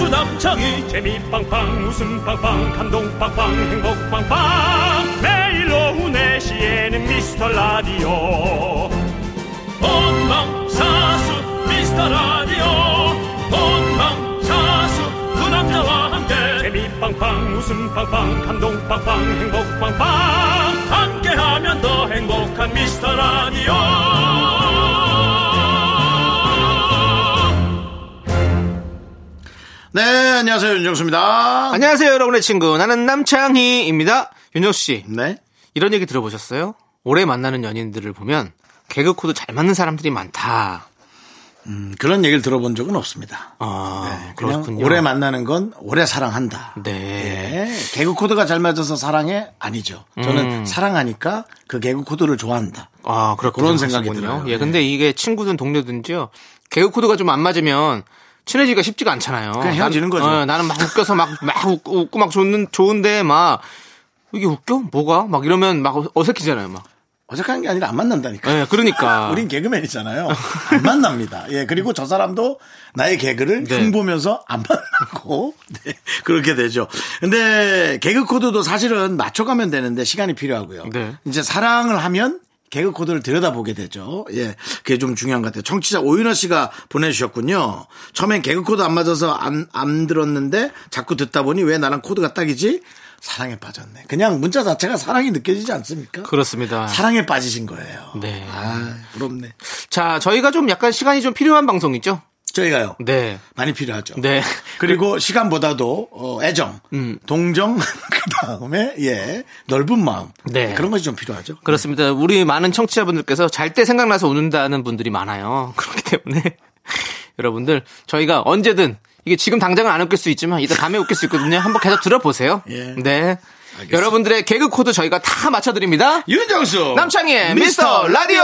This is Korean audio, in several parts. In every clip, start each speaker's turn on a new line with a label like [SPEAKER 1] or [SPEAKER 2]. [SPEAKER 1] 빵빵이 재미 빵빵 웃음 빵빵 감동 빵빵 행복 빵빵 매일 오후 네시에는 미스터 라디오 본방사수 미스터 라디오 본방사수 그 남자와 함께 재미 빵빵 웃음 빵빵 감동 빵빵 행복 빵빵 함께하면 더 행복한 미스터 라디오
[SPEAKER 2] 네, 안녕하세요. 윤정수입니다.
[SPEAKER 3] 안녕하세요, 여러분의 친구. 나는 남창희입니다. 윤혁 씨,
[SPEAKER 2] 네.
[SPEAKER 3] 이런 얘기 들어보셨어요? 오래 만나는 연인들을 보면 개그 코드 잘 맞는 사람들이 많다.
[SPEAKER 2] 음, 그런 얘기를 들어본 적은 없습니다.
[SPEAKER 3] 아,
[SPEAKER 2] 네, 그냥
[SPEAKER 3] 그렇군요.
[SPEAKER 2] 오래 만나는 건 오래 사랑한다.
[SPEAKER 3] 네.
[SPEAKER 2] 예, 개그 코드가 잘 맞아서 사랑해? 아니죠. 저는
[SPEAKER 3] 음.
[SPEAKER 2] 사랑하니까 그 개그 코드를 좋아한다.
[SPEAKER 3] 아, 그렇
[SPEAKER 2] 그런 생각이 들어요. 네.
[SPEAKER 3] 예, 근데 이게 친구든 동료든지요. 개그 코드가 좀 안 맞으면 친해지기가 쉽지가 않잖아요.
[SPEAKER 2] 그냥 헤어지는
[SPEAKER 3] 난-
[SPEAKER 2] 거죠.
[SPEAKER 3] 어, 나는 막 웃겨서 막, 막 웃- 웃고 막 좋는, 좋은데 막 이게 웃겨? 뭐가? 막 이러면 막 어색해지잖아요. 막.
[SPEAKER 2] 어색한 게 아니라 안 만난다니까.
[SPEAKER 3] 예, 그러니까.
[SPEAKER 2] 우린 개그맨이잖아요. 안 만납니다. 예, 그리고 저 사람도 나의 개그를
[SPEAKER 3] 네.
[SPEAKER 2] 흉보면서 안 만나고, 네, 그렇게 되죠. 근데 개그 코드도 사실은 맞춰가면 되는데 시간이 필요하고요.
[SPEAKER 3] 네.
[SPEAKER 2] 이제 사랑을 하면 개그 코드를 들여다보게 되죠. 예, 그게 좀 중요한 것 같아요. 청취자 오윤아 씨가 보내주셨군요. 처음엔 개그 코드 안 맞아서 안, 안 들었는데 자꾸 듣다 보니 왜 나랑 코드가 딱이지? 사랑에 빠졌네. 그냥 문자 자체가 사랑이 느껴지지 않습니까?
[SPEAKER 3] 그렇습니다.
[SPEAKER 2] 사랑에 빠지신 거예요.
[SPEAKER 3] 네.
[SPEAKER 2] 아, 부럽네.
[SPEAKER 3] 자, 저희가 좀 약간 시간이 좀 필요한 방송이죠?
[SPEAKER 2] 저희가요.
[SPEAKER 3] 네.
[SPEAKER 2] 많이 필요하죠.
[SPEAKER 3] 네. 음.
[SPEAKER 2] 그리고 시간보다도 어, 애정, 동정, 그 다음에 예 넓은 마음
[SPEAKER 3] 네.
[SPEAKER 2] 그런 것이 좀 필요하죠.
[SPEAKER 3] 그렇습니다. 우리 많은 청취자분들께서 잘 때 생각나서 웃는다는 분들이 많아요. 그렇기 때문에 여러분들 저희가 언제든 이게 지금 당장은 안 웃길 수 있지만 이따 밤에 웃길 수 있거든요. 한번 계속 들어보세요.
[SPEAKER 2] 예.
[SPEAKER 3] 네. 여러분들의 개그 코드 저희가 다 맞춰드립니다.
[SPEAKER 2] 윤정수
[SPEAKER 3] 남창희의 미스터 라디오!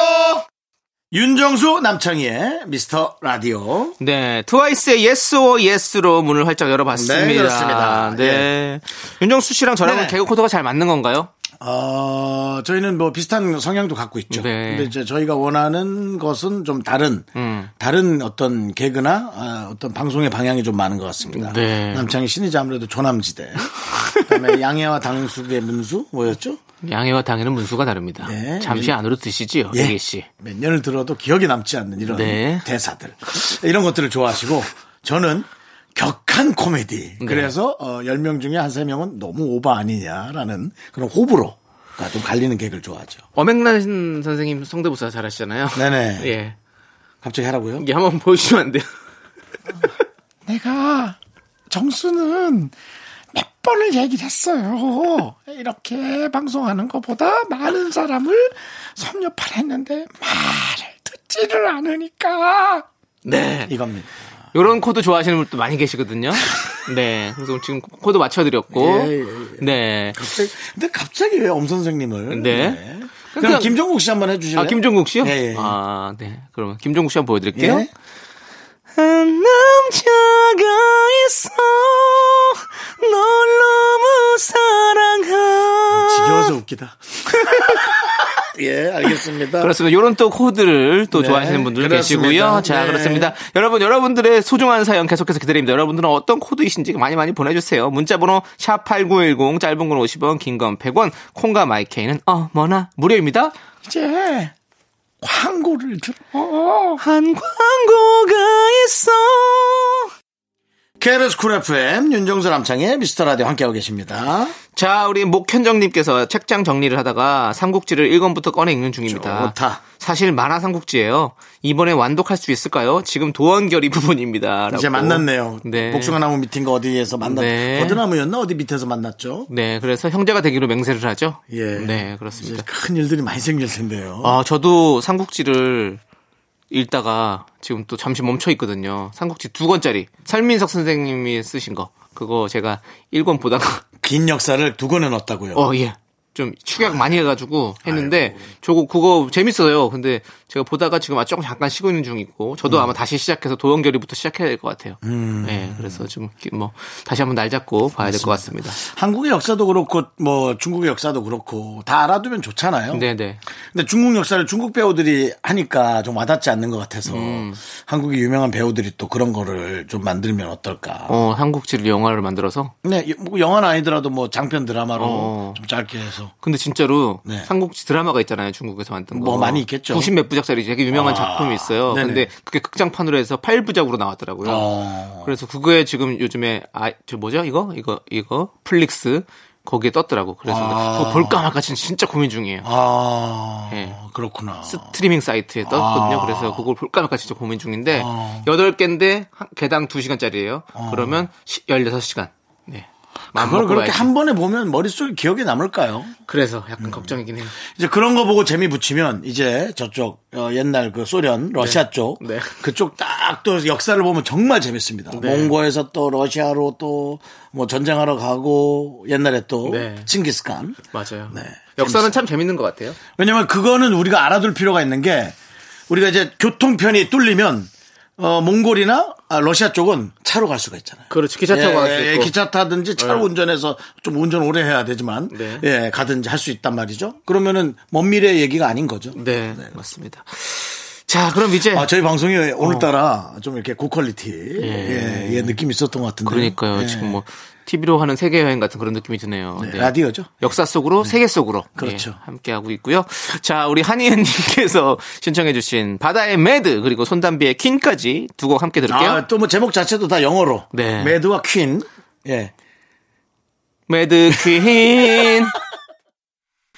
[SPEAKER 2] 윤정수 남창희의 미스터 라디오
[SPEAKER 3] 네. 트와이스의 yes or yes로 문을 활짝 열어봤습니다.
[SPEAKER 2] 네, 그렇습니다.
[SPEAKER 3] 네. 윤정수 씨랑 저랑은
[SPEAKER 2] 네네.
[SPEAKER 3] 개그 코드가 잘 맞는 건가요?
[SPEAKER 2] 어, 저희는 뭐 비슷한 성향도 갖고 있죠.
[SPEAKER 3] 네.
[SPEAKER 2] 근데 이제 저희가 원하는 것은 좀 다른,
[SPEAKER 3] 음.
[SPEAKER 2] 다른 어떤 개그나 아, 어떤 방송의 방향이 좀 많은 것 같습니다.
[SPEAKER 3] 네.
[SPEAKER 2] 남창희 씨는 이제 아무래도 조남지대. 그다음에 양해와 당숙의 문수 뭐였죠?
[SPEAKER 3] 양해와 당해는 문수가 다릅니다.
[SPEAKER 2] 네.
[SPEAKER 3] 잠시 안으로 드시지요,
[SPEAKER 2] 예.
[SPEAKER 3] 이게 씨.
[SPEAKER 2] 몇 년을 들어도 기억에 남지 않는 이런
[SPEAKER 3] 네.
[SPEAKER 2] 대사들 이런 것들을 좋아하시고 저는 격한 코미디
[SPEAKER 3] 네.
[SPEAKER 2] 그래서 어, 10명 중에 한 3명은 너무 오바 아니냐라는 그런 호불호 가좀 갈리는 개그를 좋아하죠.
[SPEAKER 3] 어맹란 선생님 성대모사 잘하시잖아요.
[SPEAKER 2] 네네.
[SPEAKER 3] 예.
[SPEAKER 2] 갑자기 하라고요?
[SPEAKER 3] 이게 한번 보여주시면 안 돼요?
[SPEAKER 2] 내가 정수는 몇 번을 얘기를 했어요. 이렇게 방송하는 것보다 많은 사람을 섭렵을 했는데 말을 듣지를 않으니까
[SPEAKER 3] 네.
[SPEAKER 2] 이겁니다.
[SPEAKER 3] 요런 코드 좋아하시는 분도 많이 계시거든요. 네. 그래서 지금 코드 맞춰드렸고.
[SPEAKER 2] 예, 예, 예.
[SPEAKER 3] 네.
[SPEAKER 2] 갑자기, 근데 갑자기 왜 엄 선생님을?
[SPEAKER 3] 네.
[SPEAKER 2] 그럼
[SPEAKER 3] 그냥-
[SPEAKER 2] 김종국 씨 한번 해주실래요?
[SPEAKER 3] 아, 김종국 씨요?
[SPEAKER 2] 예, 예, 예.
[SPEAKER 3] 아, 네. 그러면 김종국 씨 한번 보여드릴게요.
[SPEAKER 2] 예.
[SPEAKER 3] 한 남자가 있어. 널 너무 사랑하.
[SPEAKER 2] 지겨워서 웃기다. 예, 알겠습니다.
[SPEAKER 3] 그렇습니다. 요런 또 코드를 또
[SPEAKER 2] 네,
[SPEAKER 3] 좋아하시는 분들
[SPEAKER 2] 그렇습니다.
[SPEAKER 3] 계시고요. 자,
[SPEAKER 2] 네.
[SPEAKER 3] 그렇습니다. 여러분, 여러분들의 소중한 사연 계속해서 기다립니다. 여러분들은 어떤 코드이신지 많이 많이 보내주세요. 문자번호 샵8910, 짧은 건 50원, 긴 건 100원, 콩과 마이케이는 어머나 무료입니다.
[SPEAKER 2] 이제 광고를 들어.
[SPEAKER 3] 한 광고가 있어.
[SPEAKER 2] KBS 쿨 FM 윤정수 남창의 미스터 라디오 함께하고 계십니다.
[SPEAKER 3] 자, 우리 목현정님께서 책장 정리를 하다가 삼국지를 1권부터 꺼내 읽는 중입니다.
[SPEAKER 2] 좋다.
[SPEAKER 3] 사실 만화 삼국지예요. 이번에 완독할 수 있을까요? 지금 도원결의 부분입니다. 라고.
[SPEAKER 2] 이제 만났네요.
[SPEAKER 3] 네.
[SPEAKER 2] 복숭아나무 미팅과 어디에서 만났?
[SPEAKER 3] 네.
[SPEAKER 2] 버드나무였나 어디 밑에서 만났죠?
[SPEAKER 3] 네, 그래서 형제가 되기로 맹세를 하죠.
[SPEAKER 2] 예.
[SPEAKER 3] 네,
[SPEAKER 2] 이제
[SPEAKER 3] 그렇습니다.
[SPEAKER 2] 큰 일들이 많이 생길 텐데요.
[SPEAKER 3] 아, 저도 삼국지를 읽다가 지금 또 잠시 멈춰 있거든요. 삼국지 두 권짜리 설민석 선생님이 쓰신 거 그거 제가 1권 보다가
[SPEAKER 2] 긴 역사를 두 권에 넣었다고요.
[SPEAKER 3] 어, 예. 좀 축약 많이 해가지고 했는데 저거 그거 재밌어요. 근데 제가 보다가 지금 아 조금 잠깐 쉬고 있는 중이고 저도 아마 다시 시작해서 도원결의부터 시작해야 될 것 같아요. 네, 그래서 좀 뭐 다시 한번 날 잡고 봐야 될 것 같습니다.
[SPEAKER 2] 한국의 역사도 그렇고 뭐 중국의 역사도 그렇고 다 알아두면 좋잖아요.
[SPEAKER 3] 네, 네.
[SPEAKER 2] 근데 중국 역사를 중국 배우들이 하니까 좀 와닿지 않는 것 같아서
[SPEAKER 3] 음.
[SPEAKER 2] 한국의 유명한 배우들이 또 그런 거를 좀 만들면 어떨까.
[SPEAKER 3] 어, 한국질 영화를 만들어서
[SPEAKER 2] 네, 뭐 영화는 아니더라도 뭐 장편 드라마로
[SPEAKER 3] 어.
[SPEAKER 2] 좀 짧게 해서
[SPEAKER 3] 근데 진짜로
[SPEAKER 2] 네.
[SPEAKER 3] 삼국지 드라마가 있잖아요. 중국에서 만든 거.
[SPEAKER 2] 뭐 많이 있겠죠.
[SPEAKER 3] 90몇 부작짜리 되게 유명한
[SPEAKER 2] 아,
[SPEAKER 3] 작품이 있어요.
[SPEAKER 2] 네네.
[SPEAKER 3] 근데 그게 극장판으로 해서 8부작으로 나왔더라고요.
[SPEAKER 2] 어.
[SPEAKER 3] 그래서 그거에 지금 요즘에 아, 저 뭐죠? 이거? 이거 이거 플릭스 거기에 떴더라고. 그래서
[SPEAKER 2] 아.
[SPEAKER 3] 그거 볼까 말까 지금 진짜 고민 중이에요.
[SPEAKER 2] 아
[SPEAKER 3] 네.
[SPEAKER 2] 그렇구나.
[SPEAKER 3] 스트리밍 사이트에 떴거든요.
[SPEAKER 2] 아.
[SPEAKER 3] 그래서 그걸 볼까 말까 진짜 고민 중인데
[SPEAKER 2] 아.
[SPEAKER 3] 여덟 개인데 개당 2시간짜리예요. 그러면 시- 16시간. 네. 마음
[SPEAKER 2] 그걸
[SPEAKER 3] 먹고
[SPEAKER 2] 그렇게 음.
[SPEAKER 3] 봐야지.
[SPEAKER 2] 한 번에 보면 머릿속에 기억에 남을까요?
[SPEAKER 3] 그래서 약간 걱정이긴 해요.
[SPEAKER 2] 이제 그런 거 보고 재미 붙이면 이제 저쪽 어, 옛날 그 소련 러시아 쪽
[SPEAKER 3] 네.
[SPEAKER 2] 그쪽 딱 또 역사를 보면 정말 재밌습니다. 몽고에서 또 러시아로 또 뭐 전쟁하러 가고 옛날에 또
[SPEAKER 3] 네.
[SPEAKER 2] 칭기스칸
[SPEAKER 3] 맞아요.
[SPEAKER 2] 네.
[SPEAKER 3] 역사는 참 재밌는 것 같아요.
[SPEAKER 2] 왜냐면 그거는 우리가 알아둘 필요가 있는 게 우리가 이제 교통편이 뚫리면 어, 몽골이나 아, 러시아 쪽은 차로 갈 수가 있잖아요. 예,
[SPEAKER 3] 그렇죠. 기차 타고 갈수 있고.
[SPEAKER 2] 기차 타든지 차로 운전해서 좀 운전 오래 해야 되지만
[SPEAKER 3] 네.
[SPEAKER 2] 예, 가든지 할 수 있단 말이죠. 그러면은 먼 미래의 얘기가 아닌 거죠.
[SPEAKER 3] 네, 맞습니다. 자, 그럼 이제
[SPEAKER 2] 아, 저희 방송이 오늘따라 좀 이렇게 고퀄리티 예, 예, 느낌이 있었던 것 같은데.
[SPEAKER 3] 어. 그러니까요.
[SPEAKER 2] 예.
[SPEAKER 3] 지금 뭐 TV로 하는 세계 여행 같은 그런 느낌이 드네요.
[SPEAKER 2] 네,
[SPEAKER 3] 네.
[SPEAKER 2] 라디오죠. 네.
[SPEAKER 3] 역사 속으로 세계 속으로 예,
[SPEAKER 2] 그렇죠.
[SPEAKER 3] 함께 하고 있고요. 자, 우리 한희은님께서 신청해주신 바다의 매드 그리고 손담비의 퀸까지 두 곡 함께 들을게요.
[SPEAKER 2] 아, 또 뭐 제목 자체도 다 영어로.
[SPEAKER 3] 네.
[SPEAKER 2] 매드와 퀸. 예.
[SPEAKER 3] 매드 퀸.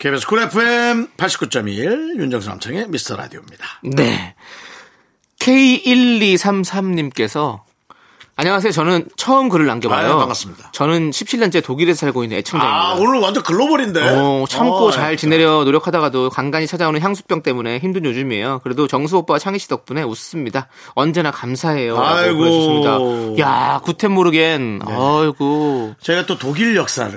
[SPEAKER 2] KBS 쿨 FM 89.1 윤정수 남창의 미스터 라디오입니다.
[SPEAKER 3] 네. K1233님께서 안녕하세요. 저는 처음 글을 남겨봐요.
[SPEAKER 2] 아유, 반갑습니다.
[SPEAKER 3] 저는 17년째 독일에서 살고 있는 애청자입니다.
[SPEAKER 2] 아, 오늘 완전 글로벌인데.
[SPEAKER 3] 네. 어, 참고
[SPEAKER 2] 어,
[SPEAKER 3] 잘
[SPEAKER 2] 예.
[SPEAKER 3] 지내려 노력하다가도 간간히 찾아오는 향수병 때문에 힘든 요즘이에요. 그래도 정수 오빠와 창희 씨 덕분에 웃습니다. 언제나 감사해요.
[SPEAKER 2] 아이고. 네.
[SPEAKER 3] 아이고. 보내주셨습니다. 야, 구텐 모르겐. 아이고.
[SPEAKER 2] 저희가 또 독일 역사를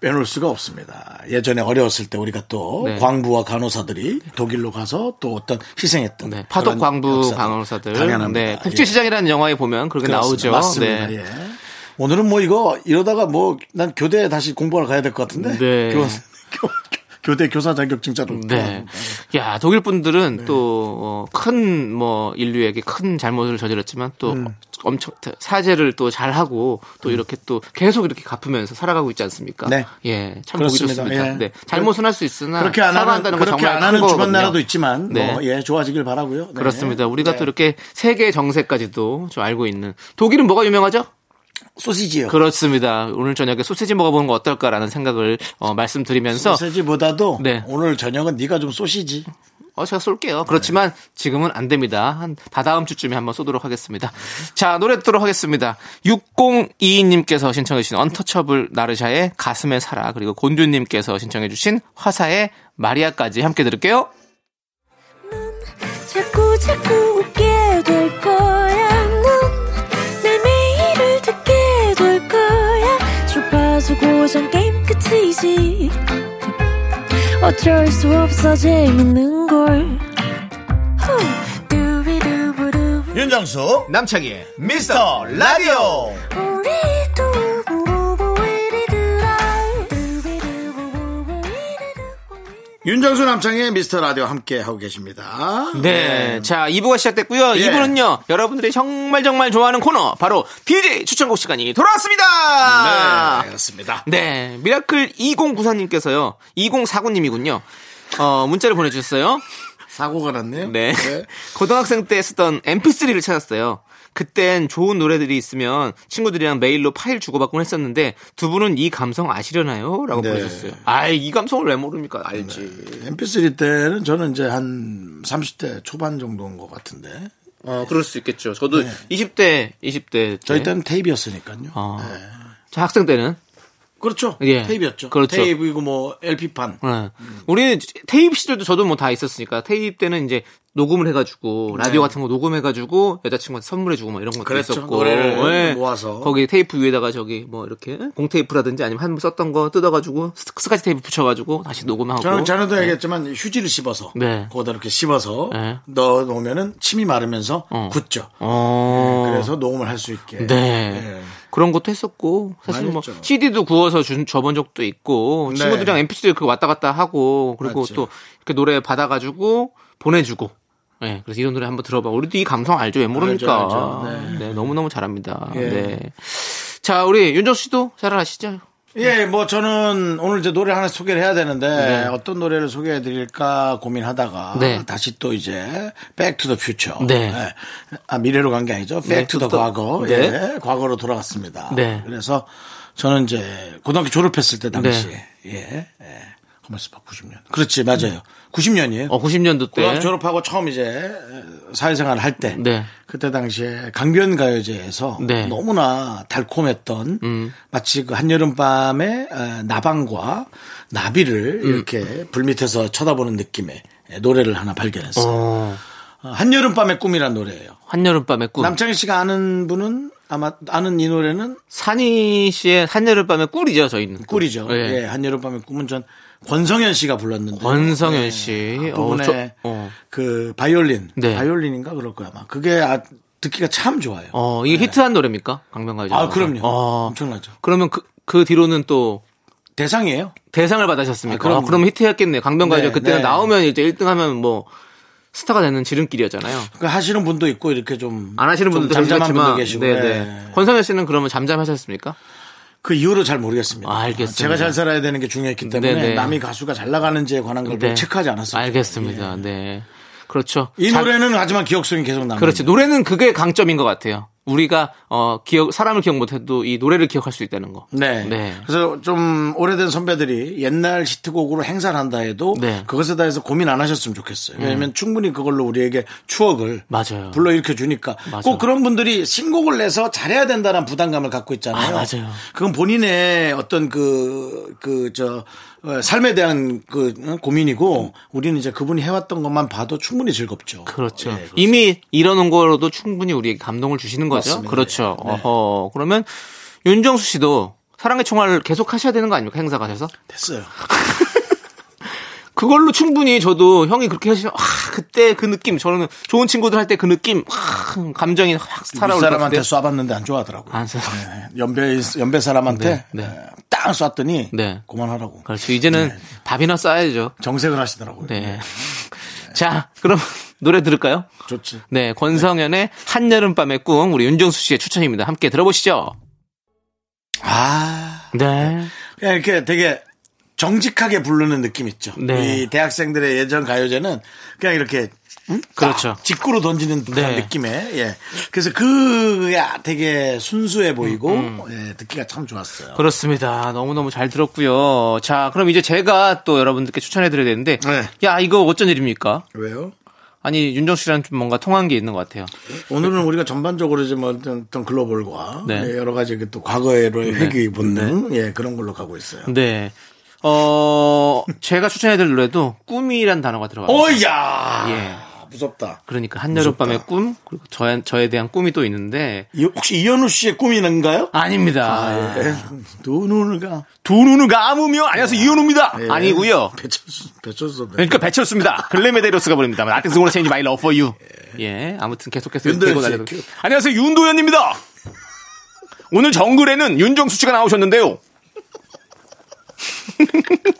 [SPEAKER 2] 빼놓을 수가 없습니다. 예전에 어려웠을 때 우리가 또
[SPEAKER 3] 네.
[SPEAKER 2] 광부와 간호사들이 독일로 가서 또 어떤 희생했던
[SPEAKER 3] 네, 파독
[SPEAKER 2] 그런
[SPEAKER 3] 광부
[SPEAKER 2] 역사들.
[SPEAKER 3] 강호사들.
[SPEAKER 2] 당연합니다.
[SPEAKER 3] 네,
[SPEAKER 2] 예.
[SPEAKER 3] 국제시장이라는 영화에 보면 그렇게
[SPEAKER 2] 그렇습니다.
[SPEAKER 3] 나오죠.
[SPEAKER 2] 맞습니다.
[SPEAKER 3] 네.
[SPEAKER 2] 예. 오늘은 뭐 이거 이러다가 뭐 난 교대에 다시 공부하러 가야 될 것 같은데
[SPEAKER 3] 네.
[SPEAKER 2] 교, 교, 교대 교사 자격증 자로
[SPEAKER 3] 네. 야, 독일 분들은
[SPEAKER 2] 네.
[SPEAKER 3] 또, 어, 큰, 뭐, 인류에게 큰 잘못을 저질렀지만 또
[SPEAKER 2] 음.
[SPEAKER 3] 엄청 사죄를 또 잘하고 또 이렇게 또 계속 이렇게 갚으면서 살아가고 있지 않습니까?
[SPEAKER 2] 네.
[SPEAKER 3] 예. 참 보기
[SPEAKER 2] 그렇습니다.
[SPEAKER 3] 좋습니다.
[SPEAKER 2] 예.
[SPEAKER 3] 네. 잘못은 할 수 있으나
[SPEAKER 2] 그렇게 안 하는
[SPEAKER 3] 사과한다는 거
[SPEAKER 2] 그렇게
[SPEAKER 3] 정말
[SPEAKER 2] 안
[SPEAKER 3] 큰
[SPEAKER 2] 하는 주변
[SPEAKER 3] 거거든요.
[SPEAKER 2] 나라도 있지만
[SPEAKER 3] 네.
[SPEAKER 2] 뭐 예 좋아지길 바라고요. 네.
[SPEAKER 3] 그렇습니다. 우리가
[SPEAKER 2] 네.
[SPEAKER 3] 또 이렇게 세계 정세까지도 좀 알고 있는 독일은 뭐가 유명하죠?
[SPEAKER 2] 소시지요.
[SPEAKER 3] 그렇습니다. 오늘 저녁에 소시지 먹어보는 거 어떨까라는 생각을 어, 말씀드리면서
[SPEAKER 2] 소시지보다도
[SPEAKER 3] 네.
[SPEAKER 2] 오늘 저녁은 네가 좀 소시지.
[SPEAKER 3] 어, 제가 쏠게요. 그렇지만 지금은 안 됩니다. 한 다다음 주쯤에 한번 쏘도록 하겠습니다. 자, 노래 듣도록 하겠습니다. 6022님께서 신청해주신 언터처블 나르샤의 가슴의 사라 그리고 곤규님께서 신청해주신 화사의 마리아까지 함께 들을게요.
[SPEAKER 4] 자꾸 자꾸 웃게 될 거야. 넌내 매일을 듣게 될 거야. 주파수 고정 게임 끝이지. 어쩔 수 없어 재밌는 걸. 후. 두비두부두.
[SPEAKER 2] 윤정수
[SPEAKER 3] 남창희의
[SPEAKER 2] 미스터 라디오.
[SPEAKER 4] 우리 두부부부 우리들아. 두비두부부부 우리들아.
[SPEAKER 2] 윤정수 남창의 미스터 라디오 함께 하고 계십니다.
[SPEAKER 3] 네. 자, 2부가 시작됐고요.
[SPEAKER 2] 예.
[SPEAKER 3] 2부는요, 여러분들이 정말 정말 좋아하는 코너, 바로 DJ 추천곡 시간이 돌아왔습니다!
[SPEAKER 2] 네, 그렇습니다.
[SPEAKER 3] 네, 미라클 2094님께서요, 2049님이군요. 어, 문자를 보내주셨어요.
[SPEAKER 2] 사고가 났네요.
[SPEAKER 3] 네. 고등학생 때 쓰던 mp3를 찾았어요. 그땐 좋은 노래들이 있으면 친구들이랑 메일로 파일 주고받곤 했었는데 두 분은 이 감성 아시려나요? 라고
[SPEAKER 2] 네.
[SPEAKER 3] 보내주셨어요. 아이, 이 감성을 왜 모릅니까? 알지.
[SPEAKER 2] MP3 때는 저는 이제 한 30대 초반 정도인 것 같은데
[SPEAKER 3] 어, 그럴 수 있겠죠. 저도 20대, 20대.
[SPEAKER 2] 저희
[SPEAKER 3] 네. 때.
[SPEAKER 2] 때는 테이프였으니까요.
[SPEAKER 3] 어.
[SPEAKER 2] 네.
[SPEAKER 3] 자, 학생 때는.
[SPEAKER 2] 그렇죠.
[SPEAKER 3] 예.
[SPEAKER 2] 테이프였죠.
[SPEAKER 3] 그렇죠.
[SPEAKER 2] 테이프이고 뭐 LP 판.
[SPEAKER 3] 네. 우리 테이프 시절도 저도 뭐 다 있었으니까 테이프 때는 이제 녹음을 해가지고 라디오 같은 거 녹음해가지고 여자친구한테 선물해주고 뭐 이런 것도
[SPEAKER 2] 네. 그랬죠.
[SPEAKER 3] 있었고
[SPEAKER 2] 노래를
[SPEAKER 3] 예.
[SPEAKER 2] 모아서.
[SPEAKER 3] 거기 테이프 위에다가 저기 뭐 이렇게 공테이프라든지 아니면 한 번 썼던 거 뜯어가지고 스- 스카치 테이프 붙여가지고 다시 녹음하고
[SPEAKER 2] 저는 전에도 얘기했지만 휴지를 씹어서
[SPEAKER 3] 네.
[SPEAKER 2] 거기다 이렇게 씹어서
[SPEAKER 3] 네.
[SPEAKER 2] 넣어 놓으면은 침이 마르면서
[SPEAKER 3] 어.
[SPEAKER 2] 굳죠.
[SPEAKER 3] 어.
[SPEAKER 2] 네, 그래서 녹음을 할 수 있게.
[SPEAKER 3] 네. 그런 것도 했었고 사실
[SPEAKER 2] 많이
[SPEAKER 3] 뭐
[SPEAKER 2] 했죠.
[SPEAKER 3] CD도 구워서 준 접은 적도 있고
[SPEAKER 2] 네.
[SPEAKER 3] 친구들이랑 MP3 그 왔다 갔다 하고 그리고
[SPEAKER 2] 맞죠.
[SPEAKER 3] 또 이렇게 노래 받아가지고 보내주고. 예, 그래서 이런 노래 한번 들어봐. 우리도 이 감성 알죠? 왜 모릅니까?
[SPEAKER 2] 알죠, 알죠.
[SPEAKER 3] 네.
[SPEAKER 2] 네.
[SPEAKER 3] 너무너무 잘합니다.
[SPEAKER 2] 예.
[SPEAKER 3] 네. 자, 우리 윤정 씨도 잘 아시죠?
[SPEAKER 2] 예, 뭐 저는 오늘 이제 노래 하나 소개를 해야 되는데 어떤 노래를 소개해 드릴까 고민하다가
[SPEAKER 3] 네.
[SPEAKER 2] 다시 또 이제 백투더 퓨처.
[SPEAKER 3] 네.
[SPEAKER 2] 아, 미래로 간 게 아니죠.
[SPEAKER 3] 네,
[SPEAKER 2] 백투더
[SPEAKER 3] 또-
[SPEAKER 2] 과거.
[SPEAKER 3] 네.
[SPEAKER 2] 예. 과거로 돌아갔습니다.
[SPEAKER 3] 네.
[SPEAKER 2] 그래서 저는 이제 고등학교 졸업했을 때 당시에
[SPEAKER 3] 네.
[SPEAKER 2] 예. 예. 가만있어 봐. 90년. 그렇지. 맞아요. 90년이에요.
[SPEAKER 3] 어, 90년도 때.
[SPEAKER 2] 고등학교 졸업하고 처음 이제 사회생활을 할 때
[SPEAKER 3] 네.
[SPEAKER 2] 그때 당시에 강변가요제에서
[SPEAKER 3] 네. 음.
[SPEAKER 2] 너무나 달콤했던 마치 그 한여름밤에 어, 나방과 나비를
[SPEAKER 3] 음.
[SPEAKER 2] 이렇게 불밑에서 쳐다보는 느낌의 노래를 하나 발견했어요.
[SPEAKER 3] 어,
[SPEAKER 2] 어, 한여름밤의 꿈이란 노래예요.
[SPEAKER 3] 한여름밤의 꿈.
[SPEAKER 2] 남창희 씨가 아는 분은 아마 아는 이 노래는
[SPEAKER 3] 산이 씨의 한여름밤의 꿀이죠, 저희는.
[SPEAKER 2] 꿀이죠.
[SPEAKER 3] 예.
[SPEAKER 2] 예, 한여름밤의 꿈은 전 권성현 씨가 불렀는데 예. 아, 그
[SPEAKER 3] 권성현 씨.
[SPEAKER 2] 부분에
[SPEAKER 3] 어, 저- 어.
[SPEAKER 2] 그 바이올린,
[SPEAKER 3] 네.
[SPEAKER 2] 바이올린인가 그럴 거야 아마. 그게 아, 듣기가 참 좋아요.
[SPEAKER 3] 어, 이게 히트한 노래입니까? 강변가요제.
[SPEAKER 2] 네. 아 그럼요.
[SPEAKER 3] 어,
[SPEAKER 2] 엄청나죠.
[SPEAKER 3] 그러면 그, 그 뒤로는 또
[SPEAKER 2] 대상이에요.
[SPEAKER 3] 대상을 받으셨습니까?
[SPEAKER 2] 아, 그럼요.
[SPEAKER 3] 아, 그럼 히트했겠네요. 강변가요제
[SPEAKER 2] 네,
[SPEAKER 3] 그때는
[SPEAKER 2] 네.
[SPEAKER 3] 나오면 이제 1등 하면 뭐 스타가 되는 지름길이었잖아요.
[SPEAKER 2] 그 하시는 분도 있고 이렇게 좀
[SPEAKER 3] 안 하시는
[SPEAKER 2] 좀
[SPEAKER 3] 분들도
[SPEAKER 2] 잠잠한 분도
[SPEAKER 3] 계시지만,
[SPEAKER 2] 계시고.
[SPEAKER 3] 네,
[SPEAKER 2] 네.
[SPEAKER 3] 네. 권성현 씨는 그러면 잠잠하셨습니까?
[SPEAKER 2] 그 이후로 잘 모르겠습니다.
[SPEAKER 3] 아, 알겠습니다.
[SPEAKER 2] 제가 잘 살아야 되는 게 중요했기 때문에
[SPEAKER 3] 네, 네.
[SPEAKER 2] 남이 가수가 잘 나가는지에 관한 걸 별로 체크하지 않았어요.
[SPEAKER 3] 알겠습니다. 네. 그렇죠.
[SPEAKER 2] 이
[SPEAKER 3] 자-
[SPEAKER 2] 노래는 하지만 기억 속에 계속 남아.
[SPEAKER 3] 그렇죠. 노래는 그게 강점인 것 같아요. 우리가 어 기억 사람을 기억 못해도 이 노래를 기억할 수 있다는 거.
[SPEAKER 2] 네.
[SPEAKER 3] 네.
[SPEAKER 2] 그래서 좀 오래된 선배들이 옛날 히트곡으로 행사를 한다 해도
[SPEAKER 3] 네.
[SPEAKER 2] 그것에 대해서 고민 안 하셨으면 좋겠어요. 왜냐하면 충분히 그걸로 우리에게 추억을
[SPEAKER 3] 맞아요.
[SPEAKER 2] 불러일으켜 주니까
[SPEAKER 3] 맞아요.
[SPEAKER 2] 꼭 그런 분들이 신곡을 내서 잘해야 된다는 부담감을 갖고 있잖아요.
[SPEAKER 3] 아, 맞아요.
[SPEAKER 2] 그건 본인의 어떤 그, 그, 저, 어, 삶에 대한 그 어, 고민이고 우리는 이제 그분이 해왔던 것만 봐도 충분히 즐겁죠.
[SPEAKER 3] 그렇죠.
[SPEAKER 2] 예, 그렇습니다.
[SPEAKER 3] 이미 이러는 거로도 충분히 우리에게 감동을 주시는 거죠.
[SPEAKER 2] 맞습니다. 네.
[SPEAKER 3] 그렇죠. 어허. 그러면 윤정수 씨도 사랑의 총알을 계속 하셔야 되는 거 아닙니까? 행사 가셔서?
[SPEAKER 2] 됐어요.
[SPEAKER 3] 그걸로 충분히 저도 형이 그렇게 하시면 와, 그때 그 느낌 저는 좋은 친구들 할 때 그 느낌 와, 감정이 확 살아올 것
[SPEAKER 2] 사람한테
[SPEAKER 3] 같은데.
[SPEAKER 2] 쏴봤는데 안 좋아하더라고요.
[SPEAKER 3] 안 쏴.
[SPEAKER 2] 네, 연배 연배 사람한테
[SPEAKER 3] 네, 네.
[SPEAKER 2] 에, 딱 쐈더니
[SPEAKER 3] 네.
[SPEAKER 2] 그만하라고
[SPEAKER 3] 그렇죠. 이제는
[SPEAKER 2] 네.
[SPEAKER 3] 밥이나 싸야죠.
[SPEAKER 2] 정색을 하시더라고요.
[SPEAKER 3] 네. 자, 그럼 노래 들을까요?
[SPEAKER 2] 좋지.
[SPEAKER 3] 네, 권성현의 한여름밤의 꿈 우리 윤정수 씨의 추천입니다. 함께 들어보시죠.
[SPEAKER 2] 아
[SPEAKER 3] 네.
[SPEAKER 2] 그냥 이렇게 되게 정직하게 부르는 느낌 있죠.
[SPEAKER 3] 네.
[SPEAKER 2] 이 대학생들의 예전 가요제는 그냥 이렇게 음?
[SPEAKER 3] 그렇죠.
[SPEAKER 2] 직구로 던지는 듯한
[SPEAKER 3] 네.
[SPEAKER 2] 느낌의 예. 그래서 그게 되게 순수해 보이고 예, 듣기가 참 좋았어요.
[SPEAKER 3] 음, 그렇습니다. 너무너무 잘 들었고요. 자, 그럼 이제 제가 또 여러분들께 추천해 드려야 되는데
[SPEAKER 2] 네.
[SPEAKER 3] 야, 이거 어쩐 일입니까?
[SPEAKER 2] 왜요?
[SPEAKER 3] 아니, 윤정수 씨랑 좀 뭔가 통한 게 있는 것 같아요.
[SPEAKER 2] 오늘은 우리가 전반적으로 이제 뭐 어떤 어떤 글로벌과
[SPEAKER 3] 네.
[SPEAKER 2] 예, 여러 가지 또 과거로의 회귀 본능 예, 그런 걸로 가고 있어요.
[SPEAKER 3] 네. 어, 제가 추천해 드릴 노래도 꿈이란 단어가 들어가요.
[SPEAKER 2] 오야
[SPEAKER 3] 예.
[SPEAKER 2] 무섭다.
[SPEAKER 3] 그러니까 한여름밤의
[SPEAKER 2] 무섭다.
[SPEAKER 3] 꿈, 그리고 저에, 저에 대한 꿈이 또 있는데
[SPEAKER 2] 이- 혹시 이현우 씨의 꿈인가요?
[SPEAKER 3] 아닙니다.
[SPEAKER 2] 예. 두 눈을 가.
[SPEAKER 3] 두 눈을 감으며 안녕하세요 이현우입니다.
[SPEAKER 2] 예.
[SPEAKER 3] 아니고요.
[SPEAKER 2] 배철수, 배철수. 배-
[SPEAKER 3] 그러니까 배철수입니다. 글레메데로스가 부릅니다. I think someone change my love for you. 예, 아무튼 계속해서
[SPEAKER 2] 윤도현
[SPEAKER 3] 들고
[SPEAKER 2] 씨.
[SPEAKER 3] 다녀도- 안녕하세요 윤도현입니다. 오늘 정글에는 윤정수 씨가 나오셨는데요.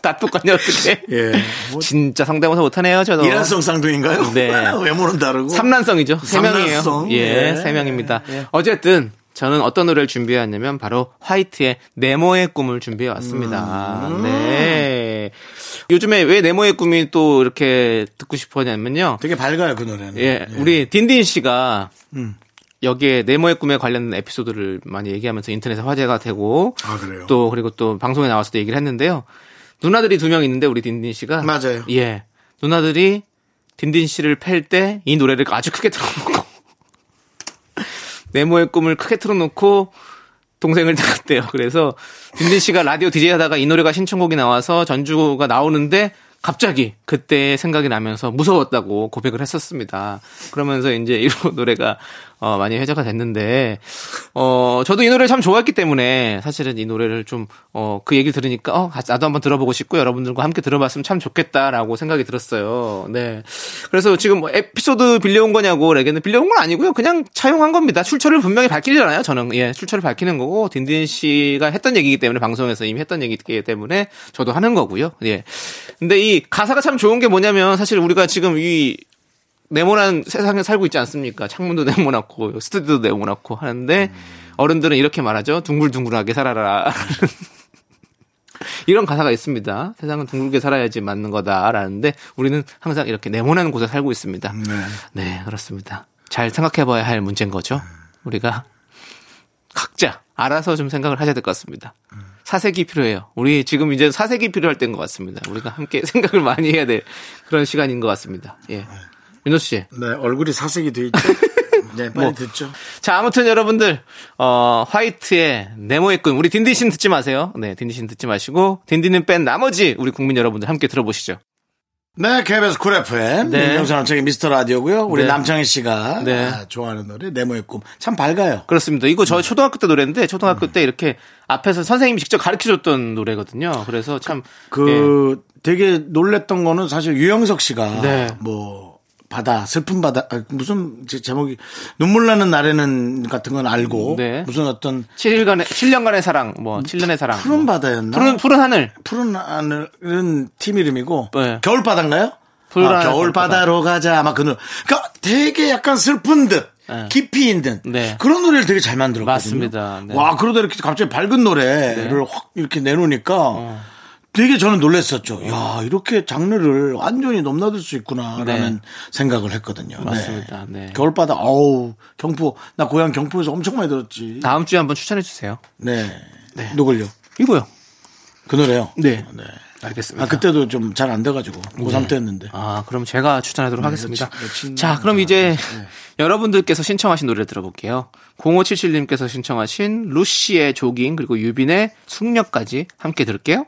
[SPEAKER 3] 다 똑같냐 어떻게?
[SPEAKER 2] 예. 뭐 어.
[SPEAKER 3] 진짜 상대모사 못하네요 저도.
[SPEAKER 2] 이란성 쌍둥이인가요?
[SPEAKER 3] 네.
[SPEAKER 2] 외모는 다르고.
[SPEAKER 3] 삼란성이죠. 세 명이에요.
[SPEAKER 2] 뭐 삼란성.
[SPEAKER 3] 예,
[SPEAKER 2] 예.
[SPEAKER 3] 세 명입니다. 어쨌든 저는 어떤 노래를 준비해왔냐면 바로 화이트의 네모의 꿈을 준비해 왔습니다.
[SPEAKER 2] 음.
[SPEAKER 3] 네. 요즘에 왜 네모의 꿈이 또 이렇게 듣고 싶었냐면요.
[SPEAKER 2] 되게 밝아요, 그 노래는.
[SPEAKER 3] 예, 우리 딘딘 씨가
[SPEAKER 2] 음.
[SPEAKER 3] 여기에 네모의 꿈에 관련된 에피소드를 많이 얘기하면서 인터넷에 화제가 되고
[SPEAKER 2] 아, 그래요?
[SPEAKER 3] 또 그리고 또 방송에 나와서도 얘기를 했는데요. 누나들이 두 명 있는데 우리 딘딘 씨가
[SPEAKER 2] 맞아요.
[SPEAKER 3] 예. 누나들이 딘딘 씨를 팰 때 이 노래를 아주 크게 틀어놓고 네모의 꿈을 크게 틀어놓고 동생을 낳았대요. 그래서 딘딘 씨가 라디오 DJ 하다가 이 노래가 신청곡이 나와서 전주가 나오는데 갑자기 그때 생각이 나면서 무서웠다고 고백을 했었습니다. 그러면서 이제 이 노래가 어, 많이 회자가 됐는데 어, 저도 이 노래를 참 좋아했기 때문에 사실은 이 노래를 좀 어, 그 얘기를 들으니까 어, 같이 나도 한번 들어보고 싶고 여러분들과 함께 들어봤으면 참 좋겠다라고 생각이 들었어요. 네. 그래서 지금 뭐 에피소드 빌려온 거냐고 레게는 빌려온 건 아니고요. 그냥 차용한 겁니다. 출처를 분명히 밝히잖아요. 저는 예, 출처를 밝히는 거고 딘딘 씨가 했던 얘기이기 때문에 방송에서 이미 했던 얘기이기 때문에 저도 하는 거고요. 예. 근데 이 가사가 참 좋은 게 뭐냐면 사실 우리가 지금 이 네모난 세상에 살고 있지 않습니까? 창문도 네모났고 스튜디오도 네모났고 하는데 어른들은 이렇게 말하죠. 둥글둥글하게 살아라. 이런 가사가 있습니다. 세상은 둥글게 살아야지 맞는 거다라는데 우리는 항상 이렇게 네모난 곳에 살고 있습니다. 네, 그렇습니다. 잘 생각해봐야 할 문제인 거죠. 우리가 각자 알아서 좀 생각을 하셔야 될 것 같습니다. 사색이 필요해요. 우리 지금 이제 사색이 필요할 때인 것 같습니다. 우리가 함께 생각을 많이 해야 될 그런 시간인 것 같습니다. 예. 윤호 씨.
[SPEAKER 2] 네, 얼굴이 사색이 돼 있죠. 네, 빨리
[SPEAKER 3] 뭐.
[SPEAKER 2] 듣죠.
[SPEAKER 3] 자, 아무튼 여러분들, 어, 화이트의 네모의 꿈. 우리 딘디 씨는 듣지 마세요. 네, 딘디 씨는 듣지 마시고, 딘디는 뺀 나머지 우리 국민 여러분들 함께 들어보시죠.
[SPEAKER 2] 네, KBS 쿨 FM.
[SPEAKER 3] 네.
[SPEAKER 2] 윤정수 남창의 미스터 라디오고요 우리
[SPEAKER 3] 네.
[SPEAKER 2] 남창희 씨가
[SPEAKER 3] 네.
[SPEAKER 2] 아, 좋아하는 노래, 네모의 꿈. 참 밝아요.
[SPEAKER 3] 그렇습니다. 이거
[SPEAKER 2] 네.
[SPEAKER 3] 저 초등학교 때 노래인데, 초등학교 때 이렇게 앞에서 선생님이 직접 가르쳐 줬던 노래거든요. 그래서 참.
[SPEAKER 2] 그 되게 놀랬던 거는 사실 유영석 씨가
[SPEAKER 3] 예. 네.
[SPEAKER 2] 뭐 바다 슬픈 바다 아, 무슨 제- 제목이 눈물 나는 날에는 같은 건 알고
[SPEAKER 3] 네.
[SPEAKER 2] 무슨 어떤
[SPEAKER 3] 7일간의, 7년간의 사랑, 뭐, 7년의 사랑.
[SPEAKER 2] 푸른
[SPEAKER 3] 뭐.
[SPEAKER 2] 바다였나?
[SPEAKER 3] 푸른, 푸른 하늘.
[SPEAKER 2] 푸른 하늘은 팀 이름이고
[SPEAKER 3] 네.
[SPEAKER 2] 겨울 바다인가요? 아,
[SPEAKER 3] 푸른 하늘,
[SPEAKER 2] 겨울
[SPEAKER 3] 겨울 바다.
[SPEAKER 2] 바다로 가자 아마 그 노래. 그러니까 되게 약간 슬픈 듯
[SPEAKER 3] 네.
[SPEAKER 2] 깊이 있는
[SPEAKER 3] 네.
[SPEAKER 2] 그런 노래를 되게 잘 만들었거든요.
[SPEAKER 3] 맞습니다. 네.
[SPEAKER 2] 와 그러다 이렇게 갑자기 밝은 노래를 확 이렇게 내놓으니까
[SPEAKER 3] 어.
[SPEAKER 2] 되게 저는 놀랐었죠. 야 이렇게 장르를 완전히 넘나들 수 있구나라는
[SPEAKER 3] 네.
[SPEAKER 2] 생각을 했거든요. 네.
[SPEAKER 3] 맞습니다. 네.
[SPEAKER 2] 겨울 바다 어우 경포 나 고향 경포에서 엄청 많이 들었지.
[SPEAKER 3] 다음 주에 한번 추천해 주세요.
[SPEAKER 2] 네. 누굴요?
[SPEAKER 3] 이거요.
[SPEAKER 2] 그 노래요.
[SPEAKER 3] 네.
[SPEAKER 2] 네.
[SPEAKER 3] 알겠습니다.
[SPEAKER 2] 아, 그때도 좀 잘 안 돼가지고 고3 때였는데 아,
[SPEAKER 3] 아, 그럼 제가 추천하도록 하겠습니다.
[SPEAKER 2] 네, 며칠- 며칠 네.
[SPEAKER 3] 자, 그럼 이제 여러분들께서 신청하신 노래를 들어볼게요. 0577님께서 신청하신 루시의 조깅 그리고 유빈의 숙녀까지 함께 들을게요.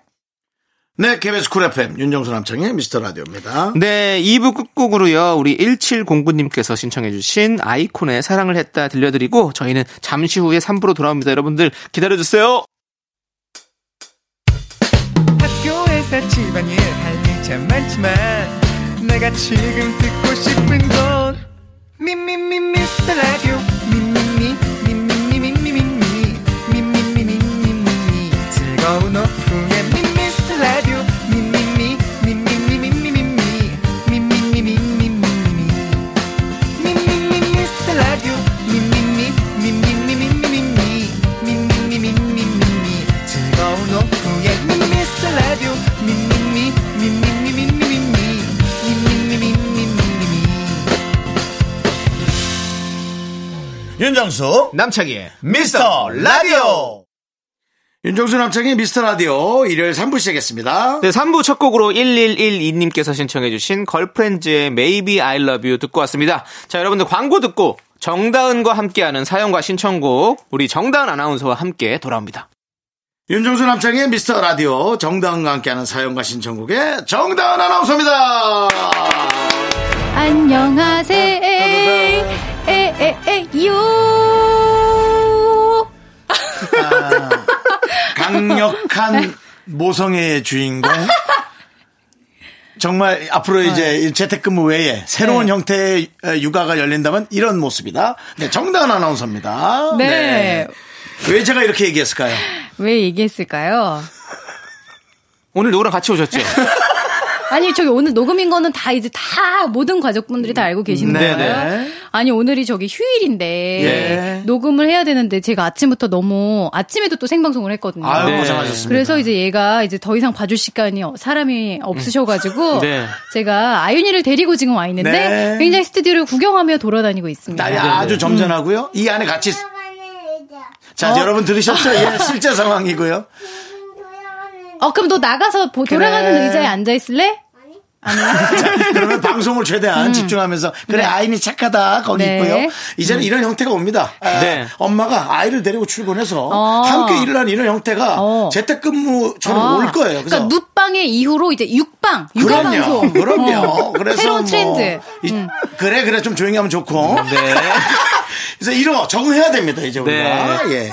[SPEAKER 2] 네 KBS 쿨 FM 윤정수 남창의 미스터 라디오입니다
[SPEAKER 3] 네, 2부 끝곡으로요. 우리 1709님께서 신청해 주신 아이콘의 사랑을 했다 들려드리고 저희는 잠시 후에 3부로 돌아옵니다. 여러분들 기다려 주세요.
[SPEAKER 5] 학교에서 집안일 할 일 참 많지만 내가 지금 듣고 싶은 건 미미미 미스터 라디오 미미미 미미미 미미미 미미미 미미미 즐거운 오후에 미스터 라디오 미미미 미미미 미미미 미미미 미미미
[SPEAKER 2] 윤정수
[SPEAKER 3] 남창희의
[SPEAKER 2] 미스터 라디오 윤정수 남창의 미스터 라디오 일요일 3부 시작했습니다
[SPEAKER 3] 네, 3부 첫 곡으로 1112님께서 신청해주신 걸프렌즈의 Maybe I Love You 듣고 왔습니다. 자, 여러분들 광고 듣고 정다은과 함께하는 사연과 신청곡 우리 정다은 아나운서와 함께 돌아옵니다.
[SPEAKER 2] 윤정수 남창의 미스터 라디오 정다은과 함께하는 사연과 신청곡의 정다은 아나운서입니다
[SPEAKER 6] 안녕하세요. 에에에요.
[SPEAKER 2] 강력한 모성애의 주인공 정말 앞으로 이제 이 재택근무 외에 새로운 형태의 육아가 열린다면 이런 모습이다. 네, 정다은 아나운서입니다.
[SPEAKER 6] 네.
[SPEAKER 2] 왜 제가 이렇게 얘기했을까요?
[SPEAKER 6] 왜 얘기했을까요?
[SPEAKER 3] 오늘 누구랑 같이 오셨죠?
[SPEAKER 6] 아니 저기 오늘 녹음인 거는 다 이제 다 모든 가족분들이 다 알고 계시는
[SPEAKER 2] 음, 네네.
[SPEAKER 6] 거예요. 아니 오늘이 저기 휴일인데
[SPEAKER 2] 예.
[SPEAKER 6] 녹음을 해야 되는데 제가 아침부터 너무 아침에도 또 생방송을 했거든요.
[SPEAKER 2] 아유,
[SPEAKER 3] 네.
[SPEAKER 2] 고생하셨습니다.
[SPEAKER 6] 그래서 이제 얘가 이제 더 이상 봐줄 시간이 어- 사람이 없으셔가지고
[SPEAKER 3] 네.
[SPEAKER 6] 제가 아윤이를 데리고 지금 와 있는데
[SPEAKER 2] 음. 네.
[SPEAKER 6] 굉장히 스튜디오를 구경하며 돌아다니고 있습니다.
[SPEAKER 2] 날이 아주 점잖하고요. 이 안에 같이. 자, 이제 여러분 들으셨죠? 예, 실제 상황이고요.
[SPEAKER 6] 어 그럼 너 나가서 보- 돌아가는 의자에 앉아 있을래?
[SPEAKER 2] 그러면 방송을 최대한 집중하면서 그래
[SPEAKER 6] 네.
[SPEAKER 2] 아이는 착하다 거기
[SPEAKER 6] 네.
[SPEAKER 2] 있고요. 이제는 이런 형태가 옵니다. 아,
[SPEAKER 3] 네.
[SPEAKER 2] 엄마가 아이를 데리고 출근해서
[SPEAKER 6] 어.
[SPEAKER 2] 함께 일을 하는 이런 형태가
[SPEAKER 6] 어.
[SPEAKER 2] 재택근무처럼
[SPEAKER 6] 아,
[SPEAKER 2] 올 거예요.
[SPEAKER 6] 그러니까
[SPEAKER 2] 그래서
[SPEAKER 6] 눕방의 이후로 이제 육방, 육아 방송.
[SPEAKER 2] 그럼요.
[SPEAKER 6] 어.
[SPEAKER 2] 그래서
[SPEAKER 6] 새로운
[SPEAKER 2] 뭐
[SPEAKER 6] 트렌드. 음.
[SPEAKER 2] 이- 그래 그래 좀 조용히 하면 좋고.
[SPEAKER 3] 네.
[SPEAKER 2] 그래서 이런 거 적응해야 됩니다 이제 우리가.
[SPEAKER 3] 네.
[SPEAKER 2] 예.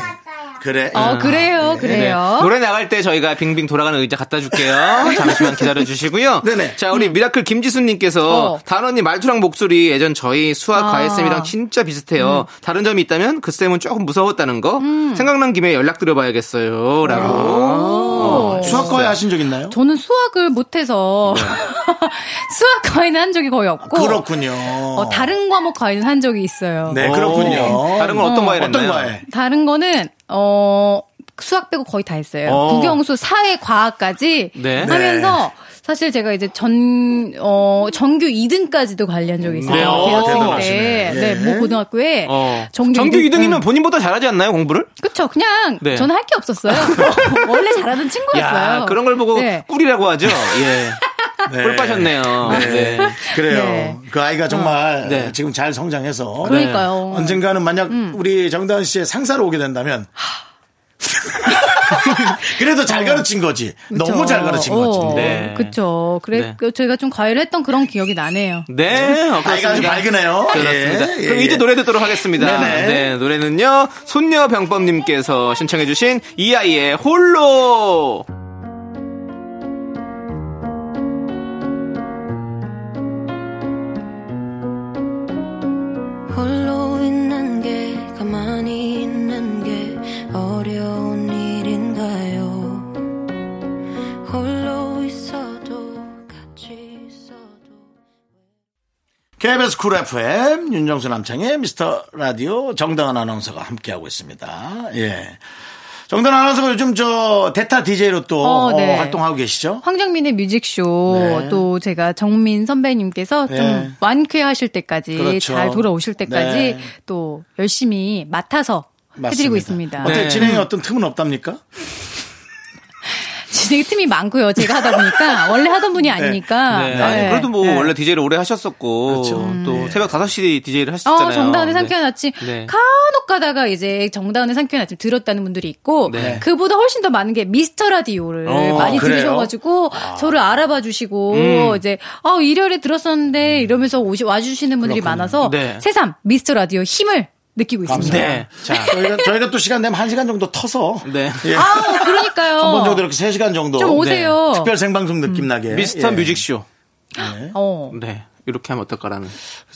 [SPEAKER 2] 그래. 예.
[SPEAKER 6] 어, 그래요, 그래요.
[SPEAKER 3] 네. 노래 나갈 때 저희가 빙빙 돌아가는 의자 갖다 줄게요. 잠시만 기다려 주시고요.
[SPEAKER 2] 네네.
[SPEAKER 3] 자, 우리 미라클 김지수님께서
[SPEAKER 6] 어.
[SPEAKER 3] 단원님 말투랑 목소리 예전 저희 수학
[SPEAKER 6] 아.
[SPEAKER 3] 과외쌤이랑 진짜 비슷해요. 다른 점이 있다면 그 쌤은 조금 무서웠다는 거 생각난 김에 연락드려봐야겠어요. 라고. 어,
[SPEAKER 2] 수학과에 하신 적 있나요?
[SPEAKER 6] 저는 수학을 못해서 수학 과외는 한 적이 거의 없고
[SPEAKER 2] 그렇군요.
[SPEAKER 6] 어, 다른 과목 과외는 한 적이 있어요.
[SPEAKER 2] 네 그렇군요.
[SPEAKER 3] 다른 건 어떤
[SPEAKER 6] 어.
[SPEAKER 3] 과에
[SPEAKER 2] 어떤
[SPEAKER 3] 했나요?
[SPEAKER 2] 과에?
[SPEAKER 6] 다른 거는 어 수학 빼고 거의 다 했어요.
[SPEAKER 3] 어.
[SPEAKER 6] 국영수 사회 과학까지
[SPEAKER 3] 네.
[SPEAKER 6] 하면서 사실 제가 이제 전, 어, 정규 2등까지도 관리한 적이 있어요.
[SPEAKER 3] 네, 어,
[SPEAKER 6] 대학생
[SPEAKER 2] 대단하시네.
[SPEAKER 6] 때.
[SPEAKER 2] 예.
[SPEAKER 6] 네, 모 고등학교에
[SPEAKER 3] 어.
[SPEAKER 6] 정규, 음.
[SPEAKER 3] 정규
[SPEAKER 6] 2등,
[SPEAKER 3] 2등이면 본인보다 잘하지 않나요, 공부를?
[SPEAKER 6] 그쵸. 그냥
[SPEAKER 3] 네.
[SPEAKER 6] 저는 할 게 없었어요. 원래 잘하는 친구였어요.
[SPEAKER 3] 야, 그런 걸 보고
[SPEAKER 6] 네.
[SPEAKER 3] 꿀이라고 하죠. 예.
[SPEAKER 2] 네.
[SPEAKER 3] 꿀 빠셨네요.
[SPEAKER 2] 네.
[SPEAKER 3] 네.
[SPEAKER 2] 그래요.
[SPEAKER 6] 네. 어.
[SPEAKER 2] 그 아이가 정말
[SPEAKER 3] 네.
[SPEAKER 2] 지금 잘 성장해서 네.
[SPEAKER 6] 그러니까요. 음.
[SPEAKER 2] 언젠가는 만약 우리 정다은 씨의 상사로 오게 된다면 그래도 잘
[SPEAKER 6] 어.
[SPEAKER 2] 가르친 거지. 너무 잘 가르친 거지.
[SPEAKER 3] 네.
[SPEAKER 6] 그쵸. 그래,
[SPEAKER 3] 네.
[SPEAKER 6] 그 저희가 좀 과외를 했던 그런 기억이 나네요.
[SPEAKER 3] 네, 어,
[SPEAKER 2] 아이가 아주
[SPEAKER 3] 그렇습니다.
[SPEAKER 2] 밝으네요.
[SPEAKER 3] 그렇습니다.
[SPEAKER 2] 예, 예,
[SPEAKER 3] 그럼
[SPEAKER 2] 예.
[SPEAKER 3] 이제 노래 듣도록 하겠습니다.
[SPEAKER 2] 네네.
[SPEAKER 3] 네, 노래는요. 손녀병법님께서 신청해주신 이 아이의 홀로.
[SPEAKER 4] 홀로 있는 게 가만히 있는 게 어려운 일인가요 홀로 있어도 같이 있어도
[SPEAKER 2] KBS 쿨 FM 윤정수 남창의 미스터 라디오 정다은 아나운서가 함께하고 있습니다. 예. 정다은 아나운서가 요즘 저 대타 DJ로 또
[SPEAKER 6] 어, 네.
[SPEAKER 2] 어, 활동하고 계시죠?
[SPEAKER 6] 황정민의 뮤직쇼
[SPEAKER 2] 네.
[SPEAKER 6] 또 제가 정민 선배님께서
[SPEAKER 2] 네.
[SPEAKER 6] 좀 완쾌하실 때까지
[SPEAKER 2] 그렇죠.
[SPEAKER 6] 잘 돌아오실 때까지
[SPEAKER 2] 네.
[SPEAKER 6] 또 열심히 맡아서 해드리고 있습니다.
[SPEAKER 2] 어때
[SPEAKER 3] 네.
[SPEAKER 2] 진행에 어떤 틈은 없답니까?
[SPEAKER 6] 진행 틈이 많고요. 제가 하다 보니까 원래 하던 분이 아니니까.
[SPEAKER 3] 네. 아니, 그래도 뭐 원래 DJ를 오래 하셨었고
[SPEAKER 2] 그렇죠. 음.
[SPEAKER 3] 또 새벽 5시 DJ를 하셨잖아요.
[SPEAKER 6] 어, 정다운의 상쾌한 아침.
[SPEAKER 3] 네.
[SPEAKER 6] 간혹 가다가 이제 정다운의 상쾌한 아침 들었다는 분들이 있고,
[SPEAKER 3] 네.
[SPEAKER 6] 그보다 훨씬 더 많은 게 미스터 라디오를
[SPEAKER 3] 어,
[SPEAKER 6] 많이
[SPEAKER 2] 그래요?
[SPEAKER 6] 들으셔가지고, 저를 알아봐 주시고, 이제, 어, 일요일에 들었었는데, 이러면서 오시, 와주시는 분들이 많아서,
[SPEAKER 3] 네.
[SPEAKER 6] 새삼 미스터 라디오 힘을 느끼고 있습니다.
[SPEAKER 3] 네. 자.
[SPEAKER 2] 저희가, 저희가 또 시간 내면 1시간 정도 터서
[SPEAKER 3] 네.
[SPEAKER 6] 아,
[SPEAKER 2] 한
[SPEAKER 3] 어.
[SPEAKER 2] 번 정도
[SPEAKER 6] 그러니까요.
[SPEAKER 2] 이렇게 3시간 정도
[SPEAKER 6] 좀 오세요.
[SPEAKER 2] 특별 생방송 느낌
[SPEAKER 3] 음.
[SPEAKER 2] 나게
[SPEAKER 3] 미스터
[SPEAKER 2] 예.
[SPEAKER 3] 뮤직쇼.
[SPEAKER 6] 어.
[SPEAKER 3] 네. 이렇게 하면 어떨까라는.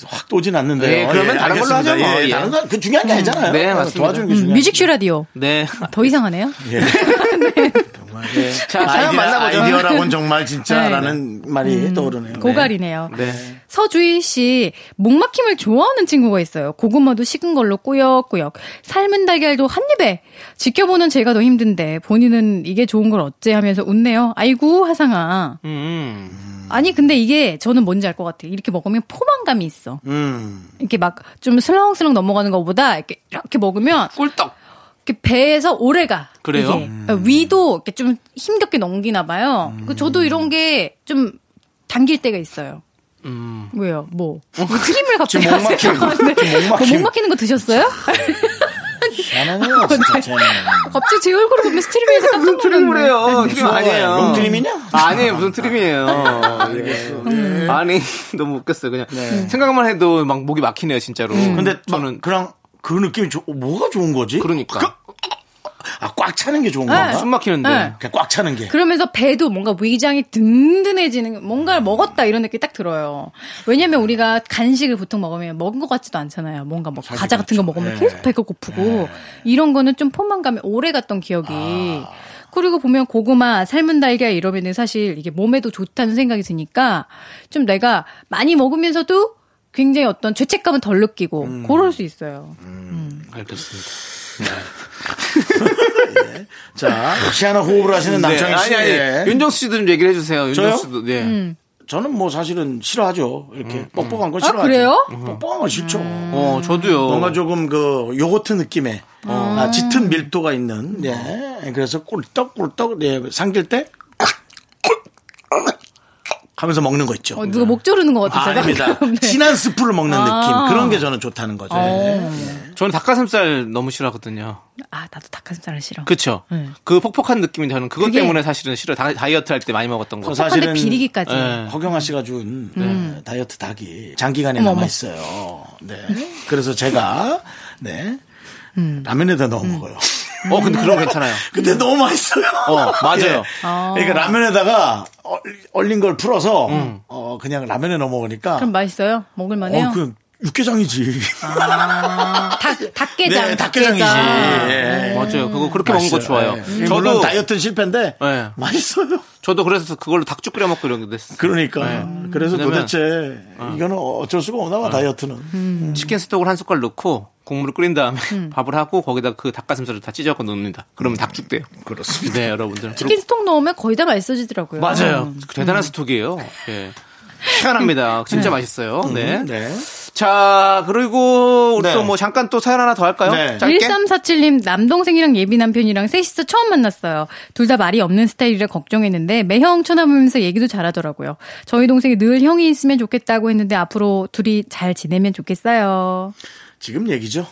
[SPEAKER 2] 확 오진 않는데요.
[SPEAKER 3] 네, 그러면 다른 걸로
[SPEAKER 2] 알겠습니다.
[SPEAKER 3] 하죠, 뭐.
[SPEAKER 2] 예,
[SPEAKER 3] 예.
[SPEAKER 2] 다른 건 그 중요한 게 아니잖아요.
[SPEAKER 3] 네, 맞습니다.
[SPEAKER 2] 도와주는 게
[SPEAKER 6] 음,
[SPEAKER 2] 중요한
[SPEAKER 6] 뮤직쇼 라디오.
[SPEAKER 3] 네.
[SPEAKER 6] 더 이상하네요.
[SPEAKER 2] 예. 정말, 예.
[SPEAKER 3] 자, 사연
[SPEAKER 2] 아이디어,
[SPEAKER 3] 만나보죠.
[SPEAKER 2] 아이디어라곤 정말 진짜라는 말이
[SPEAKER 3] 음.
[SPEAKER 2] 떠오르네요.
[SPEAKER 6] 고갈이네요.
[SPEAKER 3] 네.
[SPEAKER 6] 서주희 씨, 목막힘을 좋아하는 친구가 있어요. 고구마도 식은 걸로 꾸역꾸역, 삶은 달걀도 한 입에. 지켜보는 제가 더 힘든데, 본인은 이게 좋은 걸 어째 하면서 웃네요. 아이고, 화상아.
[SPEAKER 3] 음.
[SPEAKER 6] 아니, 근데 이게 저는 뭔지 알 것 같아요. 이렇게 먹으면 포만감이 있어.
[SPEAKER 2] 음.
[SPEAKER 6] 이렇게 막 좀 슬렁슬렁 넘어가는 것보다 이렇게, 이렇게 먹으면
[SPEAKER 3] 꿀떡.
[SPEAKER 6] 이렇게 배에서 오래가.
[SPEAKER 3] 그래요?
[SPEAKER 6] 이게.
[SPEAKER 2] 음.
[SPEAKER 6] 그러니까 위도 이렇게 좀 힘겹게 넘기나 봐요. 그 저도 이런 게 좀 당길 때가 있어요. 왜요? 뭐? 뭐 트림을 갑자기
[SPEAKER 2] 음. 어, 지금 목 막히는 거,
[SPEAKER 6] 하세요? 네.
[SPEAKER 2] 지금 목
[SPEAKER 6] 뭐
[SPEAKER 2] 막히는
[SPEAKER 6] 목 막히는 거 드셨어요?
[SPEAKER 2] 희한하네요, 진짜. 쟤는.
[SPEAKER 6] 갑자기 제 얼굴을 보면서 트림에서 깜짝
[SPEAKER 3] 트림을
[SPEAKER 6] 놀랐네.
[SPEAKER 3] 해요. 트림 아니에요.
[SPEAKER 2] 롱트림이냐? 네.
[SPEAKER 3] 아, 아니에요. 무슨 트림이에요. 예. 아니, 너무 웃겼어요. 그냥
[SPEAKER 6] 네.
[SPEAKER 3] 생각만 해도 막 목이 막히네요, 진짜로.
[SPEAKER 6] 음.
[SPEAKER 2] 근데 저는
[SPEAKER 3] 음. 저는
[SPEAKER 2] 그냥 그 느낌이 좋- 뭐가 좋은 거지?
[SPEAKER 3] 그러니까
[SPEAKER 2] 아, 꽉 차는 게 좋은 건가?
[SPEAKER 3] 숨 막히는데.
[SPEAKER 6] 네.
[SPEAKER 2] 그냥 꽉 차는 게.
[SPEAKER 6] 그러면서 배도 뭔가 위장이 든든해지는 뭔가를 먹었다 이런 느낌이 딱 들어요. 왜냐면 우리가 간식을 보통 먹으면 먹은 것 같지도 않잖아요. 뭔가 뭐 과자 같은 거 먹으면
[SPEAKER 2] 예.
[SPEAKER 6] 계속 배가 고프고 이런 거는 좀 포만감이 오래 갔던 기억이.
[SPEAKER 2] 아.
[SPEAKER 6] 그리고 보면 고구마, 삶은 달걀 이러면은 사실 이게 몸에도 좋다는 생각이 드니까 좀 내가 많이 먹으면서도 굉장히 어떤 죄책감은 덜 느끼고
[SPEAKER 2] 음.
[SPEAKER 6] 그럴 수 있어요.
[SPEAKER 3] 알겠습니다.
[SPEAKER 2] 자, 희한한 호흡을 하시는 남창희 씨.
[SPEAKER 3] 네. 아니, 아니.
[SPEAKER 2] 예.
[SPEAKER 3] 윤정수 씨도 좀 얘기를 해주세요. 윤정수 씨도, 예.
[SPEAKER 6] 음.
[SPEAKER 2] 저는 뭐 사실은 싫어하죠. 이렇게 뻑뻑한 걸 싫어하죠.
[SPEAKER 6] 아, 그래요?
[SPEAKER 2] 뻑뻑한 건 싫죠.
[SPEAKER 6] 음.
[SPEAKER 3] 어, 저도요.
[SPEAKER 2] 뭔가 조금 그 요거트 느낌의 아, 짙은 밀도가 있는. 예. 그래서 꿀떡꿀떡 예, 삼킬 때 하면서 먹는 거 있죠.
[SPEAKER 6] 어, 누가 목 조르는 것
[SPEAKER 2] 아,
[SPEAKER 6] 같아서
[SPEAKER 2] 닙니다
[SPEAKER 6] 방금. 네.
[SPEAKER 2] 진한 스프를 먹는
[SPEAKER 6] 아.
[SPEAKER 2] 느낌. 그런 게 저는 좋다는 거죠. 예.
[SPEAKER 6] 어.
[SPEAKER 3] 저는 닭가슴살 너무 싫어하거든요.
[SPEAKER 6] 아 나도 닭가슴살은 싫어.
[SPEAKER 3] 그쵸? 그 폭폭한 느낌이 저는 그것
[SPEAKER 6] 네. 그게-
[SPEAKER 3] 때문에 사실은 싫어요. 다- 다이어트 할 때 많이 먹었던 거.
[SPEAKER 2] 그래서
[SPEAKER 6] 근데
[SPEAKER 2] 사실은
[SPEAKER 6] 비리기까지.
[SPEAKER 3] 예.
[SPEAKER 2] 허경아 씨가 준
[SPEAKER 3] 음.
[SPEAKER 2] 네, 다이어트 닭이 장기간에
[SPEAKER 6] 어머,
[SPEAKER 2] 남아 있어요. 네. 그래서 제가 네 라면에다 넣어 먹어요.
[SPEAKER 3] 음. 어, 근데 그런 거 괜찮아요.
[SPEAKER 2] 근데 너무 맛있어요.
[SPEAKER 3] 어,
[SPEAKER 2] 예.
[SPEAKER 3] 맞아요.
[SPEAKER 2] 그러니까 라면에다가 얼- 얼린 걸 풀어서
[SPEAKER 3] 음.
[SPEAKER 2] 어, 그냥 라면에 넣어 먹으니까
[SPEAKER 6] 그럼 맛있어요? 먹을만해요?
[SPEAKER 2] 어, 그 육개장이지.
[SPEAKER 6] 아, 닭, 닭게장.
[SPEAKER 2] 네, 닭게장이지. 예.
[SPEAKER 3] 아, 맞아요. 그거 그렇게 먹는 거 좋아요.
[SPEAKER 2] 예.
[SPEAKER 3] 저도
[SPEAKER 2] 물론 다이어트는 실패인데
[SPEAKER 3] 예.
[SPEAKER 2] 맛있어요.
[SPEAKER 3] 저도 그래서 그걸로 닭죽 끓여 먹고 이런 게 됐어요.
[SPEAKER 2] 그러니까 그래서
[SPEAKER 3] 예. 왜냐면- 예. 음.
[SPEAKER 2] 도대체 이거는 어쩔 수가 없나 봐 다이어트는.
[SPEAKER 3] 치킨 스톡을 한 숟갈 넣고 국물을 끓인 다음에 밥을 하고 거기다 그 닭가슴살을 다 찢어갖고 넣습니다. 그러면 닭죽 돼요. 그렇습니다. 네, 여러분들.
[SPEAKER 6] 치킨 스톡 넣으면 거의 다 맛있어지더라고요.
[SPEAKER 3] 맞아요. 대단한 스톡이에요. 예. 희한합니다. 진짜 맛있어요. 네.
[SPEAKER 2] 네.
[SPEAKER 3] 자, 그리고 우리
[SPEAKER 2] 네.
[SPEAKER 3] 또 뭐 잠깐 또 사연 하나 더 할까요?
[SPEAKER 2] 네.
[SPEAKER 3] 짧게.
[SPEAKER 6] 1347님 남동생이랑 예비 남편이랑 셋이서 처음 만났어요. 둘 다 말이 없는 스타일이라 걱정했는데 매형 쳐다보면서 얘기도 잘하더라고요. 저희 동생이 늘 형이 있으면 좋겠다고 했는데 앞으로 둘이 잘 지내면 좋겠어요.
[SPEAKER 2] 지금 얘기죠.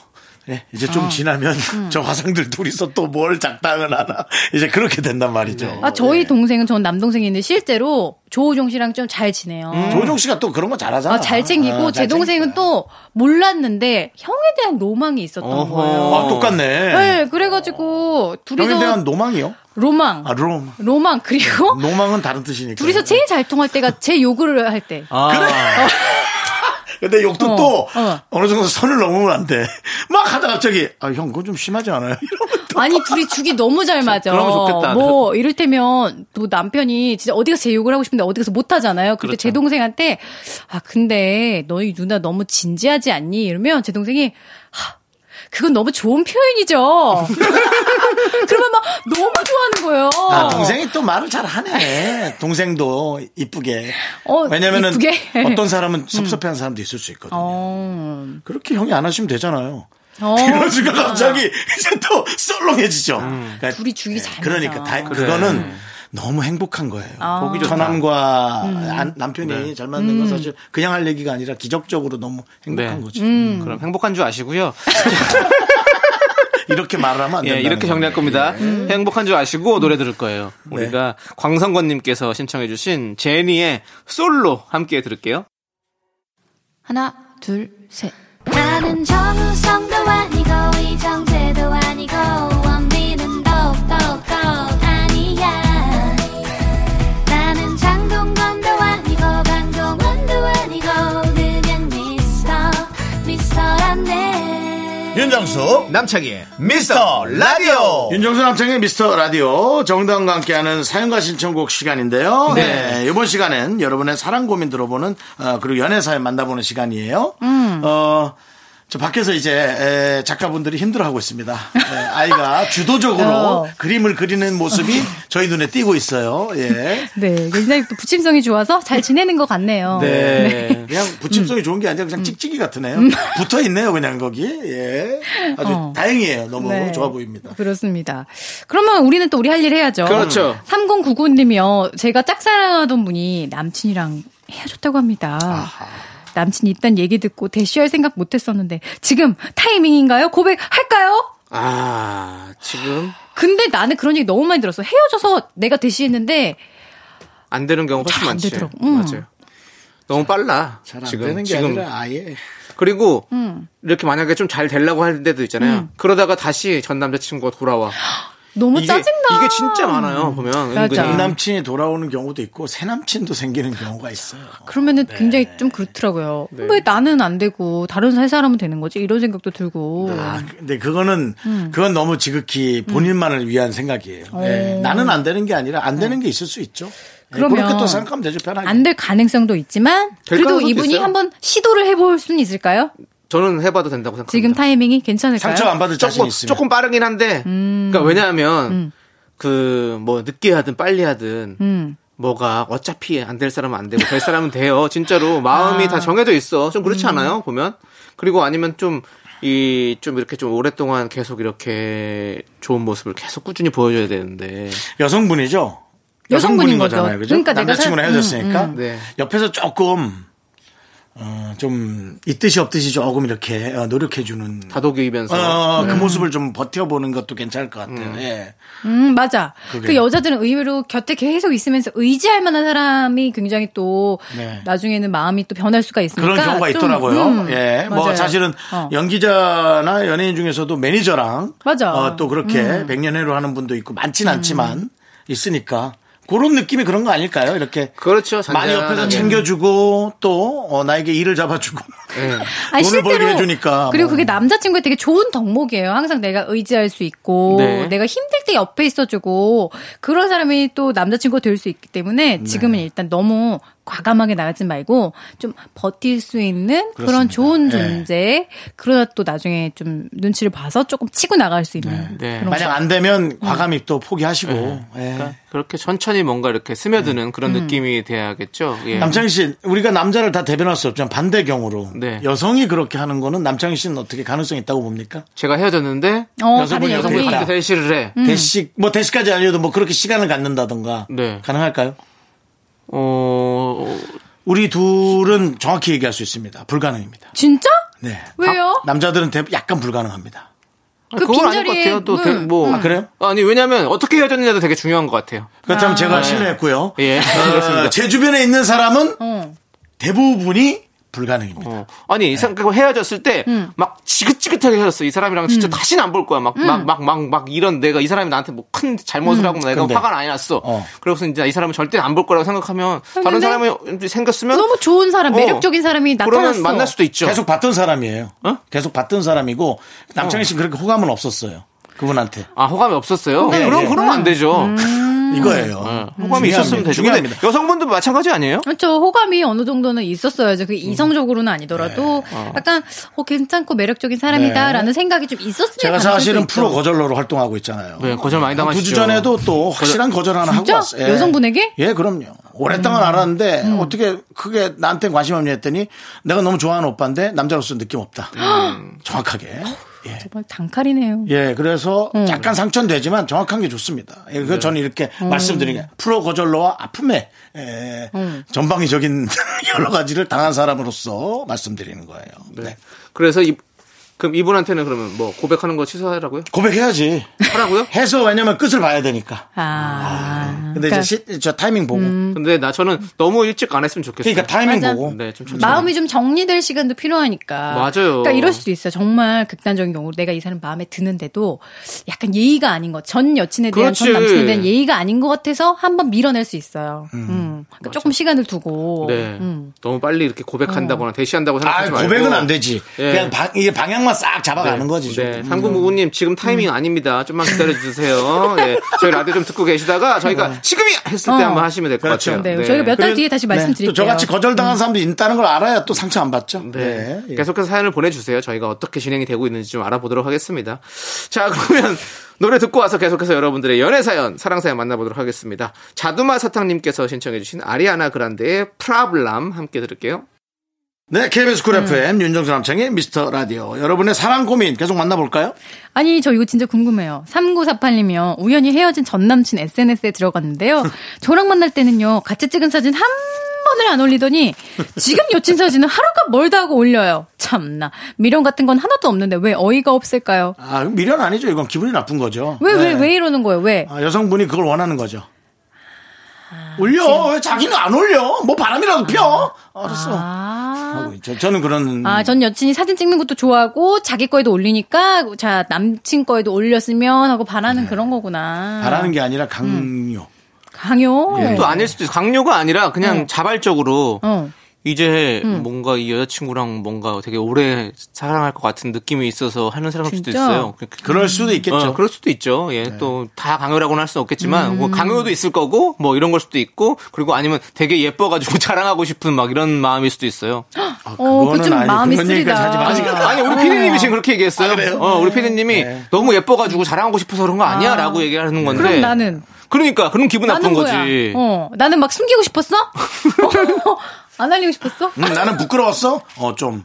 [SPEAKER 2] 예, 이제 좀
[SPEAKER 6] 아.
[SPEAKER 2] 지나면
[SPEAKER 6] 음.
[SPEAKER 2] 저 화상들 둘이서 또 뭘 작당을 하나 이제 그렇게 된단 말이죠.
[SPEAKER 6] 아 저희 동생은 전 남동생인데 실제로 조우종 씨랑 좀 잘 지내요.
[SPEAKER 2] 조종 씨가 또 그런 거 잘하잖아.
[SPEAKER 6] 아, 잘 챙기고
[SPEAKER 2] 음. 아,
[SPEAKER 6] 제
[SPEAKER 2] 잘
[SPEAKER 6] 동생은
[SPEAKER 2] 챙기고.
[SPEAKER 6] 또 몰랐는데 형에 대한 로망이 있었던
[SPEAKER 3] 어허.
[SPEAKER 6] 거예요.
[SPEAKER 2] 아 똑같네.
[SPEAKER 6] 네, 그래가지고
[SPEAKER 2] 형에
[SPEAKER 6] 둘이서
[SPEAKER 2] 대한 노망이요?
[SPEAKER 6] 로망,
[SPEAKER 2] 아 네. 롬.
[SPEAKER 6] 로망 그리고
[SPEAKER 2] 노망은 다른 뜻이니까.
[SPEAKER 6] 어? 둘이서 제일 잘 통할 때가 제 요구를 할 때.
[SPEAKER 3] 아,
[SPEAKER 2] 근데 욕도
[SPEAKER 6] 어,
[SPEAKER 2] 또
[SPEAKER 6] 어.
[SPEAKER 2] 어. 느 정도 선을 넘으면 안 돼. 막 하다 갑자기 아 형 그거 좀 심하지 않아요? 이러면 또
[SPEAKER 6] 아니 둘이 죽이 너무 잘 맞아.
[SPEAKER 3] 그러면 좋겠다.
[SPEAKER 6] 뭐 이를테면 또 남편이 진짜 어디 가서 제 욕을 하고 싶은데 어디 가서 못 하잖아요. 근데
[SPEAKER 2] 그렇죠.
[SPEAKER 6] 제 동생한테 아 근데 너희 누나 너무 진지하지 않니? 이러면 제 동생이 하, 그건 너무 좋은 표현이죠. 그러면 막 너무 좋아하는 거예요.
[SPEAKER 2] 아, 동생이 또 말을 잘 하네. 동생도 이쁘게.
[SPEAKER 6] 어,
[SPEAKER 2] 왜냐면은
[SPEAKER 6] 이쁘게? 음.
[SPEAKER 2] 어떤 사람은 섭섭해하는 사람도 있을 수 있거든요.
[SPEAKER 6] 어.
[SPEAKER 2] 그렇게 형이 안 하시면 되잖아요.
[SPEAKER 6] 어.
[SPEAKER 2] 이러니까 갑자기 이제 또 썰렁해지죠.
[SPEAKER 3] 음.
[SPEAKER 2] 그러니까,
[SPEAKER 6] 둘이 주기 잘
[SPEAKER 2] 그러니까
[SPEAKER 6] 맞아. 아.
[SPEAKER 2] 다, 그거는 너무 행복한 거예요.
[SPEAKER 3] 보기 좋다. 네.
[SPEAKER 2] 처남과
[SPEAKER 6] 음.
[SPEAKER 2] 안- 남편이 잘 맞는 건 사실 그냥 할 얘기가 아니라 기적적으로 너무 행복한
[SPEAKER 3] 네.
[SPEAKER 2] 거지.
[SPEAKER 6] 음.
[SPEAKER 3] 그럼 행복한 줄 아시고요.
[SPEAKER 2] 이렇게 말하면 안
[SPEAKER 3] 예,
[SPEAKER 2] 된다.
[SPEAKER 3] 이렇게 정리할 겁니다. 네. 음. 행복한 줄 아시고 노래 들을 거예요. 우리가 광성권님께서 신청해주신 제니의 솔로 함께 들을게요.
[SPEAKER 6] 하나 둘 셋.
[SPEAKER 7] 나는 정우성도 아니고 이정재도 아니고 원빈은 더욱더 아니야 나는 장동건도 아니고 강동원도 아니고 그냥 미스터 미스터란데
[SPEAKER 2] 윤정수
[SPEAKER 3] 남창희의
[SPEAKER 2] 미스터 라디오 어. 윤정수 남창의 미스터 라디오 정다운과 함께하는 사연과 신청곡 시간인데요 네.
[SPEAKER 3] 네.
[SPEAKER 2] 이번 시간엔 여러분의 사랑 고민 들어보는 어, 그리고 연애 사연 만나보는 시간이에요 어, 저 밖에서 이제 에, 작가분들이 힘들어하고 있습니다 네, 아이가 주도적으로 그림을 그리는 모습이 저희 눈에 띄고 있어요 예.
[SPEAKER 6] 네, 굉장히 또 부침성이 좋아서 잘 지내는 것 어. 같네요.
[SPEAKER 2] 네. 그냥 붙임성이 좋은 게 아니라 그냥 찍찍이 같으네요. 붙어 있네요, 그냥 거기. 예. 아주
[SPEAKER 6] 어.
[SPEAKER 2] 다행이에요. 너무
[SPEAKER 6] 네.
[SPEAKER 2] 좋아 보입니다.
[SPEAKER 6] 그렇습니다. 그러면 우리는 또 우리 할 일 해야죠.
[SPEAKER 3] 그렇죠.
[SPEAKER 6] 3099님이요. 제가 짝사랑하던 분이 남친이랑 헤어졌다고 합니다. 남친이 있단 얘기 듣고 대쉬할 생각 못 했었는데 지금 타이밍인가요? 고백할까요?
[SPEAKER 3] 아, 지금
[SPEAKER 6] 근데 나는 그런 얘기 너무 많이 들었어. 헤어져서 내가 대쉬했는데
[SPEAKER 3] 안 되는 경우가 훨씬
[SPEAKER 6] 잘안
[SPEAKER 3] 많지.
[SPEAKER 6] 되더라고. 음.
[SPEAKER 3] 맞아요. 너무 빨라.
[SPEAKER 2] 잘 안
[SPEAKER 3] 지금
[SPEAKER 2] 되는 게
[SPEAKER 3] 지금
[SPEAKER 2] 아니라 아예
[SPEAKER 3] 그리고
[SPEAKER 6] 음.
[SPEAKER 3] 이렇게 만약에 좀 잘 되려고 할 때도 있잖아요. 그러다가 다시 전 남자친구가 돌아와.
[SPEAKER 6] 너무
[SPEAKER 3] 이게
[SPEAKER 6] 짜증나.
[SPEAKER 3] 이게 진짜 많아요. 보면
[SPEAKER 6] 맞아.
[SPEAKER 3] 은근히.
[SPEAKER 2] 전 남친이 돌아오는 경우도 있고 새 남친도 생기는 경우가 있어요.
[SPEAKER 6] 그러면은
[SPEAKER 2] 네.
[SPEAKER 6] 굉장히 좀 그렇더라고요. 왜 나는 안 되고 다른 살 사람은 되는 거지? 이런 생각도 들고.
[SPEAKER 2] 아, 근데 그거는
[SPEAKER 6] 음.
[SPEAKER 2] 그건 너무 지극히 본인만을 위한 생각이에요. 예. 나는 안 되는 게 아니라 안 되는 게 있을 수 있죠. 예,
[SPEAKER 6] 그러면
[SPEAKER 2] 그렇게 또 생각하면 되죠. 편하게.
[SPEAKER 6] 안 될 가능성도 있지만
[SPEAKER 3] 될
[SPEAKER 6] 그래도
[SPEAKER 3] 가능성도
[SPEAKER 6] 이분이
[SPEAKER 3] 있어요.
[SPEAKER 6] 한번 시도를 해볼 수는 있을까요?
[SPEAKER 3] 저는 해봐도 된다고 생각합니다.
[SPEAKER 6] 지금 타이밍이 괜찮을까요?
[SPEAKER 2] 상처 안 받을 자신
[SPEAKER 3] 조금,
[SPEAKER 2] 있으면
[SPEAKER 3] 조금 빠르긴 한데.
[SPEAKER 2] 음.
[SPEAKER 3] 그러니까 왜냐하면 그 뭐 늦게 하든 빨리 하든
[SPEAKER 2] 음.
[SPEAKER 3] 뭐가 어차피 안 될 사람은 안 되고 될 사람은 돼요. 진짜로 마음이
[SPEAKER 2] 아.
[SPEAKER 3] 다 정해져 있어. 좀 그렇지
[SPEAKER 2] 음.
[SPEAKER 3] 않아요? 보면 그리고 아니면 좀. 이 좀 이렇게 좀 오랫동안 계속 이렇게 좋은 모습을 계속 꾸준히 보여줘야 되는데
[SPEAKER 2] 여성분이죠. 여성분인
[SPEAKER 6] 여성분인 거죠.
[SPEAKER 2] 거잖아요. 그죠?
[SPEAKER 6] 그러니까 내가
[SPEAKER 2] 남자친구랑
[SPEAKER 6] 살-
[SPEAKER 2] 헤어졌으니까
[SPEAKER 3] 음. 네.
[SPEAKER 2] 옆에서 조금 어, 좀 있듯이 없듯이 조금 이렇게 어, 노력해주는
[SPEAKER 3] 다독이면서 네.
[SPEAKER 2] 어, 그 모습을 좀 버텨보는 것도 괜찮을 것 같아요. 예.
[SPEAKER 6] 음, 맞아.
[SPEAKER 2] 그게.
[SPEAKER 6] 그 여자들은 의외로 곁에 계속 있으면서 의지할 만한 사람이 굉장히 또
[SPEAKER 2] 네.
[SPEAKER 6] 나중에는 마음이 또 변할 수가 있으니까.
[SPEAKER 2] 그런 경우가
[SPEAKER 6] 그러니까 좀,
[SPEAKER 2] 있더라고요.
[SPEAKER 6] 음,
[SPEAKER 2] 예. 뭐
[SPEAKER 6] 맞아요.
[SPEAKER 2] 사실은
[SPEAKER 6] 어.
[SPEAKER 2] 연기자나 연예인 중에서도 매니저랑
[SPEAKER 6] 맞아. 음.
[SPEAKER 2] 어, 또 그렇게 백년해로 하는 분도 있고 많진 않지만 있으니까 그런 느낌이 그런 거 아닐까요? 이렇게
[SPEAKER 3] 그렇죠.
[SPEAKER 2] 많이 옆에서
[SPEAKER 3] 잔잔하게.
[SPEAKER 2] 챙겨주고 또 어, 나에게 일을 잡아주고
[SPEAKER 3] 예.
[SPEAKER 6] 아니,
[SPEAKER 2] 돈을
[SPEAKER 6] 실제로
[SPEAKER 2] 벌게 해주니까
[SPEAKER 6] 그리고
[SPEAKER 2] 뭐.
[SPEAKER 6] 그게 남자친구에 되게 좋은 덕목이에요. 항상 내가 의지할 수 있고
[SPEAKER 3] 네.
[SPEAKER 6] 내가 힘들 때 옆에 있어주고 그런 사람이 또 남자친구가 될 수 있기
[SPEAKER 2] 네.
[SPEAKER 6] 때문에 지금은 일단 너무 과감하게 나가지 말고 좀 버틸 수 있는 그런
[SPEAKER 2] 그렇습니다.
[SPEAKER 6] 좋은
[SPEAKER 2] 예.
[SPEAKER 6] 존재 그러다 또 나중에 좀 눈치를 봐서 조금 치고 나갈 수 있는 음.
[SPEAKER 3] 네.
[SPEAKER 6] 그런
[SPEAKER 2] 만약 안 되면 과감히 또 포기하시고 예.
[SPEAKER 3] 그러니까 그렇게 천천히 뭔가 이렇게 스며드는
[SPEAKER 2] 음.
[SPEAKER 3] 그런 느낌이 돼야겠죠. 예.
[SPEAKER 2] 남창희 씨, 우리가 남자를 다 대변할 수 없지만 반대 경우로
[SPEAKER 3] 네.
[SPEAKER 2] 여성이 그렇게 하는 거는 남창희 씨는 어떻게 가능성이 있다고 봅니까?
[SPEAKER 3] 제가 헤어졌는데
[SPEAKER 6] 어,
[SPEAKER 2] 여성분이
[SPEAKER 6] 다른
[SPEAKER 2] 여성이
[SPEAKER 6] 여성이
[SPEAKER 2] 있다.
[SPEAKER 3] 반대 대시를 해.
[SPEAKER 2] 대식 뭐 대식까지 아니어도 뭐 그렇게 시간을 갖는다던가
[SPEAKER 3] 네.
[SPEAKER 2] 가능할까요?
[SPEAKER 3] 어,
[SPEAKER 2] 우리 둘은 정확히 얘기할 수 있습니다. 불가능입니다.
[SPEAKER 6] 진짜?
[SPEAKER 2] 네.
[SPEAKER 6] 왜요?
[SPEAKER 2] 남자들은 대- 약간 불가능합니다.
[SPEAKER 6] 그
[SPEAKER 3] 그건 아닐 것
[SPEAKER 6] 빈자리에,
[SPEAKER 3] 같아요. 또
[SPEAKER 6] 음,
[SPEAKER 3] 대- 뭐.
[SPEAKER 2] 아, 그래요?
[SPEAKER 3] 아니 왜냐면 어떻게 헤어졌느냐도 되게 중요한 것 같아요.
[SPEAKER 2] 그렇다면 제가 실례했고요.
[SPEAKER 3] 예,
[SPEAKER 2] 어,
[SPEAKER 3] 그렇습니다.
[SPEAKER 2] 제 주변에 있는 사람은
[SPEAKER 6] 어.
[SPEAKER 2] 대부분이 불가능입니다.
[SPEAKER 3] 어. 아니 이상 그 헤어졌을 때 막
[SPEAKER 6] 음.
[SPEAKER 3] 지긋지긋하게 헤어졌어. 이 사람이랑 진짜 다시는 안 볼 거야. 막 막 막 막 막 이런 내가 이 사람이 나한테 뭐 큰
[SPEAKER 6] 음.
[SPEAKER 3] 잘못을 하고 내가
[SPEAKER 2] 근데.
[SPEAKER 3] 화가 많이 났어.
[SPEAKER 2] 어.
[SPEAKER 3] 그래서 이제 이 사람은 절대 안 볼 거라고 생각하면 다른
[SPEAKER 6] 근데
[SPEAKER 3] 사람이 생겼으면
[SPEAKER 6] 너무 좋은 사람,
[SPEAKER 3] 어.
[SPEAKER 6] 매력적인 사람이 나타났어.
[SPEAKER 3] 그러면 만날 수도 있죠.
[SPEAKER 2] 계속 봤던 사람이에요.
[SPEAKER 3] 어?
[SPEAKER 2] 계속 봤던 사람이고 남창희 씨는 그렇게 호감은 없었어요. 그분한테
[SPEAKER 3] 아 호감이 없었어요.
[SPEAKER 2] 호감이
[SPEAKER 3] 그럼
[SPEAKER 2] 없어요.
[SPEAKER 3] 그러면 안 되죠.
[SPEAKER 6] 음.
[SPEAKER 2] 이거예요.
[SPEAKER 3] 예, 호감이
[SPEAKER 2] 중요합니다.
[SPEAKER 3] 있었으면 되죠. 근데
[SPEAKER 2] 중요합니다. 음.
[SPEAKER 3] 여성분도 마찬가지 아니에요?
[SPEAKER 6] 그렇죠. 호감이 어느 정도는 있었어야죠. 그 이성적으로는 아니더라도
[SPEAKER 2] 네.
[SPEAKER 6] 약간 어, 괜찮고 매력적인 사람이다라는 생각이 좀 있었으면
[SPEAKER 2] 제가
[SPEAKER 6] 가능성도
[SPEAKER 2] 사실은
[SPEAKER 6] 네, 있죠.
[SPEAKER 2] 프로 거절러로 활동하고 있잖아요.
[SPEAKER 3] 네, 거절 많이 당하시죠.
[SPEAKER 2] 두주 전에도 또 확실한 거절 하나 하고
[SPEAKER 6] 진짜?
[SPEAKER 2] 왔어요. 예.
[SPEAKER 6] 여성분에게? 음.
[SPEAKER 2] 예, 그럼요. 오랫동안 알았는데 어떻게 크게 나한테 관심 없냐 했더니 내가 너무 좋아하는 오빠인데 남자로서 느낌 없다.
[SPEAKER 6] 음.
[SPEAKER 2] 정확하게. 예.
[SPEAKER 6] 정말 단칼이네요.
[SPEAKER 2] 예, 그래서
[SPEAKER 6] 음.
[SPEAKER 2] 약간 상처되지만 정확한 게 좋습니다. 예,
[SPEAKER 3] 네.
[SPEAKER 2] 그 저는 이렇게
[SPEAKER 6] 음.
[SPEAKER 2] 말씀드리는 게 프로 거절러와 아픔에 예,
[SPEAKER 6] 음.
[SPEAKER 2] 전방위적인 여러 가지를 당한 사람으로서 말씀드리는 거예요. 네.
[SPEAKER 3] 그래서 이, 그럼 이분한테는 그러면 뭐 고백하는 거 취소하라고요?
[SPEAKER 2] 고백해야지.
[SPEAKER 3] 하라고요?
[SPEAKER 2] 해서 왜냐면 끝을 봐야 되니까.
[SPEAKER 6] 아.
[SPEAKER 2] 근데
[SPEAKER 6] 그러니까 음.
[SPEAKER 2] 이제 시- 저 타이밍 보고.
[SPEAKER 3] 근데 나 저는 너무 일찍 안 했으면 좋겠어요.
[SPEAKER 2] 그러니까 타이밍
[SPEAKER 6] 맞아.
[SPEAKER 2] 보고.
[SPEAKER 3] 네, 좀 천천히.
[SPEAKER 6] 마음이 좀 정리될 시간도 필요하니까.
[SPEAKER 3] 맞아요.
[SPEAKER 6] 그러니까 이럴 수도 있어요. 정말 극단적인 경우로 내가 이 사람 마음에 드는데도 약간 예의가 아닌 것, 전 여친에 대한 전
[SPEAKER 3] 그렇지.
[SPEAKER 6] 남친에 대한 예의가 아닌 것 같아서 한번 밀어낼 수 있어요. 음. 그러니까 조금 시간을 두고.
[SPEAKER 3] 네.
[SPEAKER 6] 음. 어.
[SPEAKER 3] 너무 빨리 이렇게 고백한다거나 대시한다고
[SPEAKER 2] 아,
[SPEAKER 3] 생각하지 말고.
[SPEAKER 2] 고백은 안 되지.
[SPEAKER 3] 예.
[SPEAKER 2] 그냥 방, 이게 방향만 싹 잡아가는 거지. 좀.
[SPEAKER 3] 네. 삼구무구님 지금
[SPEAKER 6] 음.
[SPEAKER 3] 타이밍 아닙니다. 좀만 기다려 주세요. 예. 저희 라디오 좀 듣고 계시다가 저희가 지금이 야 했을 때
[SPEAKER 6] 어.
[SPEAKER 3] 한번 하시면 될 것
[SPEAKER 2] 음. 그렇죠.
[SPEAKER 3] 같아요.
[SPEAKER 6] 네, 저희가 몇 달 뒤에 다시 말씀드릴게요. 음.
[SPEAKER 2] 또 저같이 거절당한 사람도 있다는 걸 알아야 또 상처 안 받죠.
[SPEAKER 3] 네.
[SPEAKER 2] 네. 예.
[SPEAKER 3] 계속해서 사연을 보내주세요. 저희가 어떻게 진행이 되고 있는지 좀 알아보도록 하겠습니다. 자, 그러면 노래 듣고 와서 계속해서 여러분들의 연애 사연, 사랑 사연 만나보도록 하겠습니다. 자두마 사탕님께서 신청해주신 아리아나 그란데의 프라블람 함께 들을게요.
[SPEAKER 2] 네, KBS
[SPEAKER 6] 음.
[SPEAKER 2] 쿨 FM 윤정수 남창의 미스터 라디오. 여러분의 사랑 고민 계속 만나볼까요?
[SPEAKER 6] 아니, 저 이거 진짜 궁금해요. 3948님이요. 우연히 헤어진 전 남친 SNS에 들어갔는데요. 저랑 만날 때는요, 같이 찍은 사진 한 번을 안 올리더니, 지금 여친 사진은 하루가 멀다 하고 올려요. 참나. 미련 같은 건 하나도 없는데 왜 어이가 없을까요?
[SPEAKER 2] 아, 미련 아니죠. 이건 기분이 나쁜 거죠.
[SPEAKER 6] 왜, 왜,
[SPEAKER 2] 네.
[SPEAKER 6] 왜 이러는 거예요? 왜?
[SPEAKER 2] 아, 여성분이 그걸 원하는 거죠.
[SPEAKER 6] 아,
[SPEAKER 2] 올려. 왜 자기는 안 올려? 뭐 바람이라도 펴. 알았어.
[SPEAKER 6] 아.
[SPEAKER 2] 하고 있죠. 저는 그런
[SPEAKER 6] 아, 전 여친이 사진 찍는 것도 좋아하고, 자기 거에도 올리니까, 자, 남친 거에도 올렸으면 하고 바라는 그런 거구나.
[SPEAKER 2] 네. 바라는 게 아니라 강요.
[SPEAKER 6] 강요?
[SPEAKER 3] 또 아닐 수도 있어. 강요가 아니라 그냥 자발적으로
[SPEAKER 6] 네. 어. 음.
[SPEAKER 3] 이제 뭔가 이 여자친구랑 뭔가 되게 오래 사랑할 것 같은 느낌이 있어서 하는 사람일 수도
[SPEAKER 6] 진짜?
[SPEAKER 3] 있어요.
[SPEAKER 2] 그럴
[SPEAKER 6] 음.
[SPEAKER 2] 수도 있겠죠.
[SPEAKER 3] 어, 그럴 수도 있죠. 예, 또 다 강요라고는 할 수 없겠지만
[SPEAKER 6] 음.
[SPEAKER 3] 뭐 강요도 있을 거고 뭐 이런 걸 수도 있고 그리고 아니면 되게 예뻐가지고 자랑하고 싶은 막 이런 마음일 수도 있어요.
[SPEAKER 6] 어, 그거 좀
[SPEAKER 2] 그거는 아니-
[SPEAKER 6] 마음이
[SPEAKER 2] 그런 얘기까지 하지
[SPEAKER 6] 쓰리다.
[SPEAKER 2] 마.
[SPEAKER 3] 아니, 아니 우리 피디님이 지금 그렇게 얘기했어요. 어, 우리 피디님이 너무 예뻐가지고 자랑하고 싶어서 그런 거 아니야라고 얘기하는 건데.
[SPEAKER 6] 그럼 나는.
[SPEAKER 3] 그러니까 그럼 기분 나쁜
[SPEAKER 6] 나는 뭐야?
[SPEAKER 3] 거지.
[SPEAKER 6] 어, 나는 막 숨기고 싶었어? 안 알리고 싶었어?
[SPEAKER 2] 음, 나는 부끄러웠어? 어, 좀.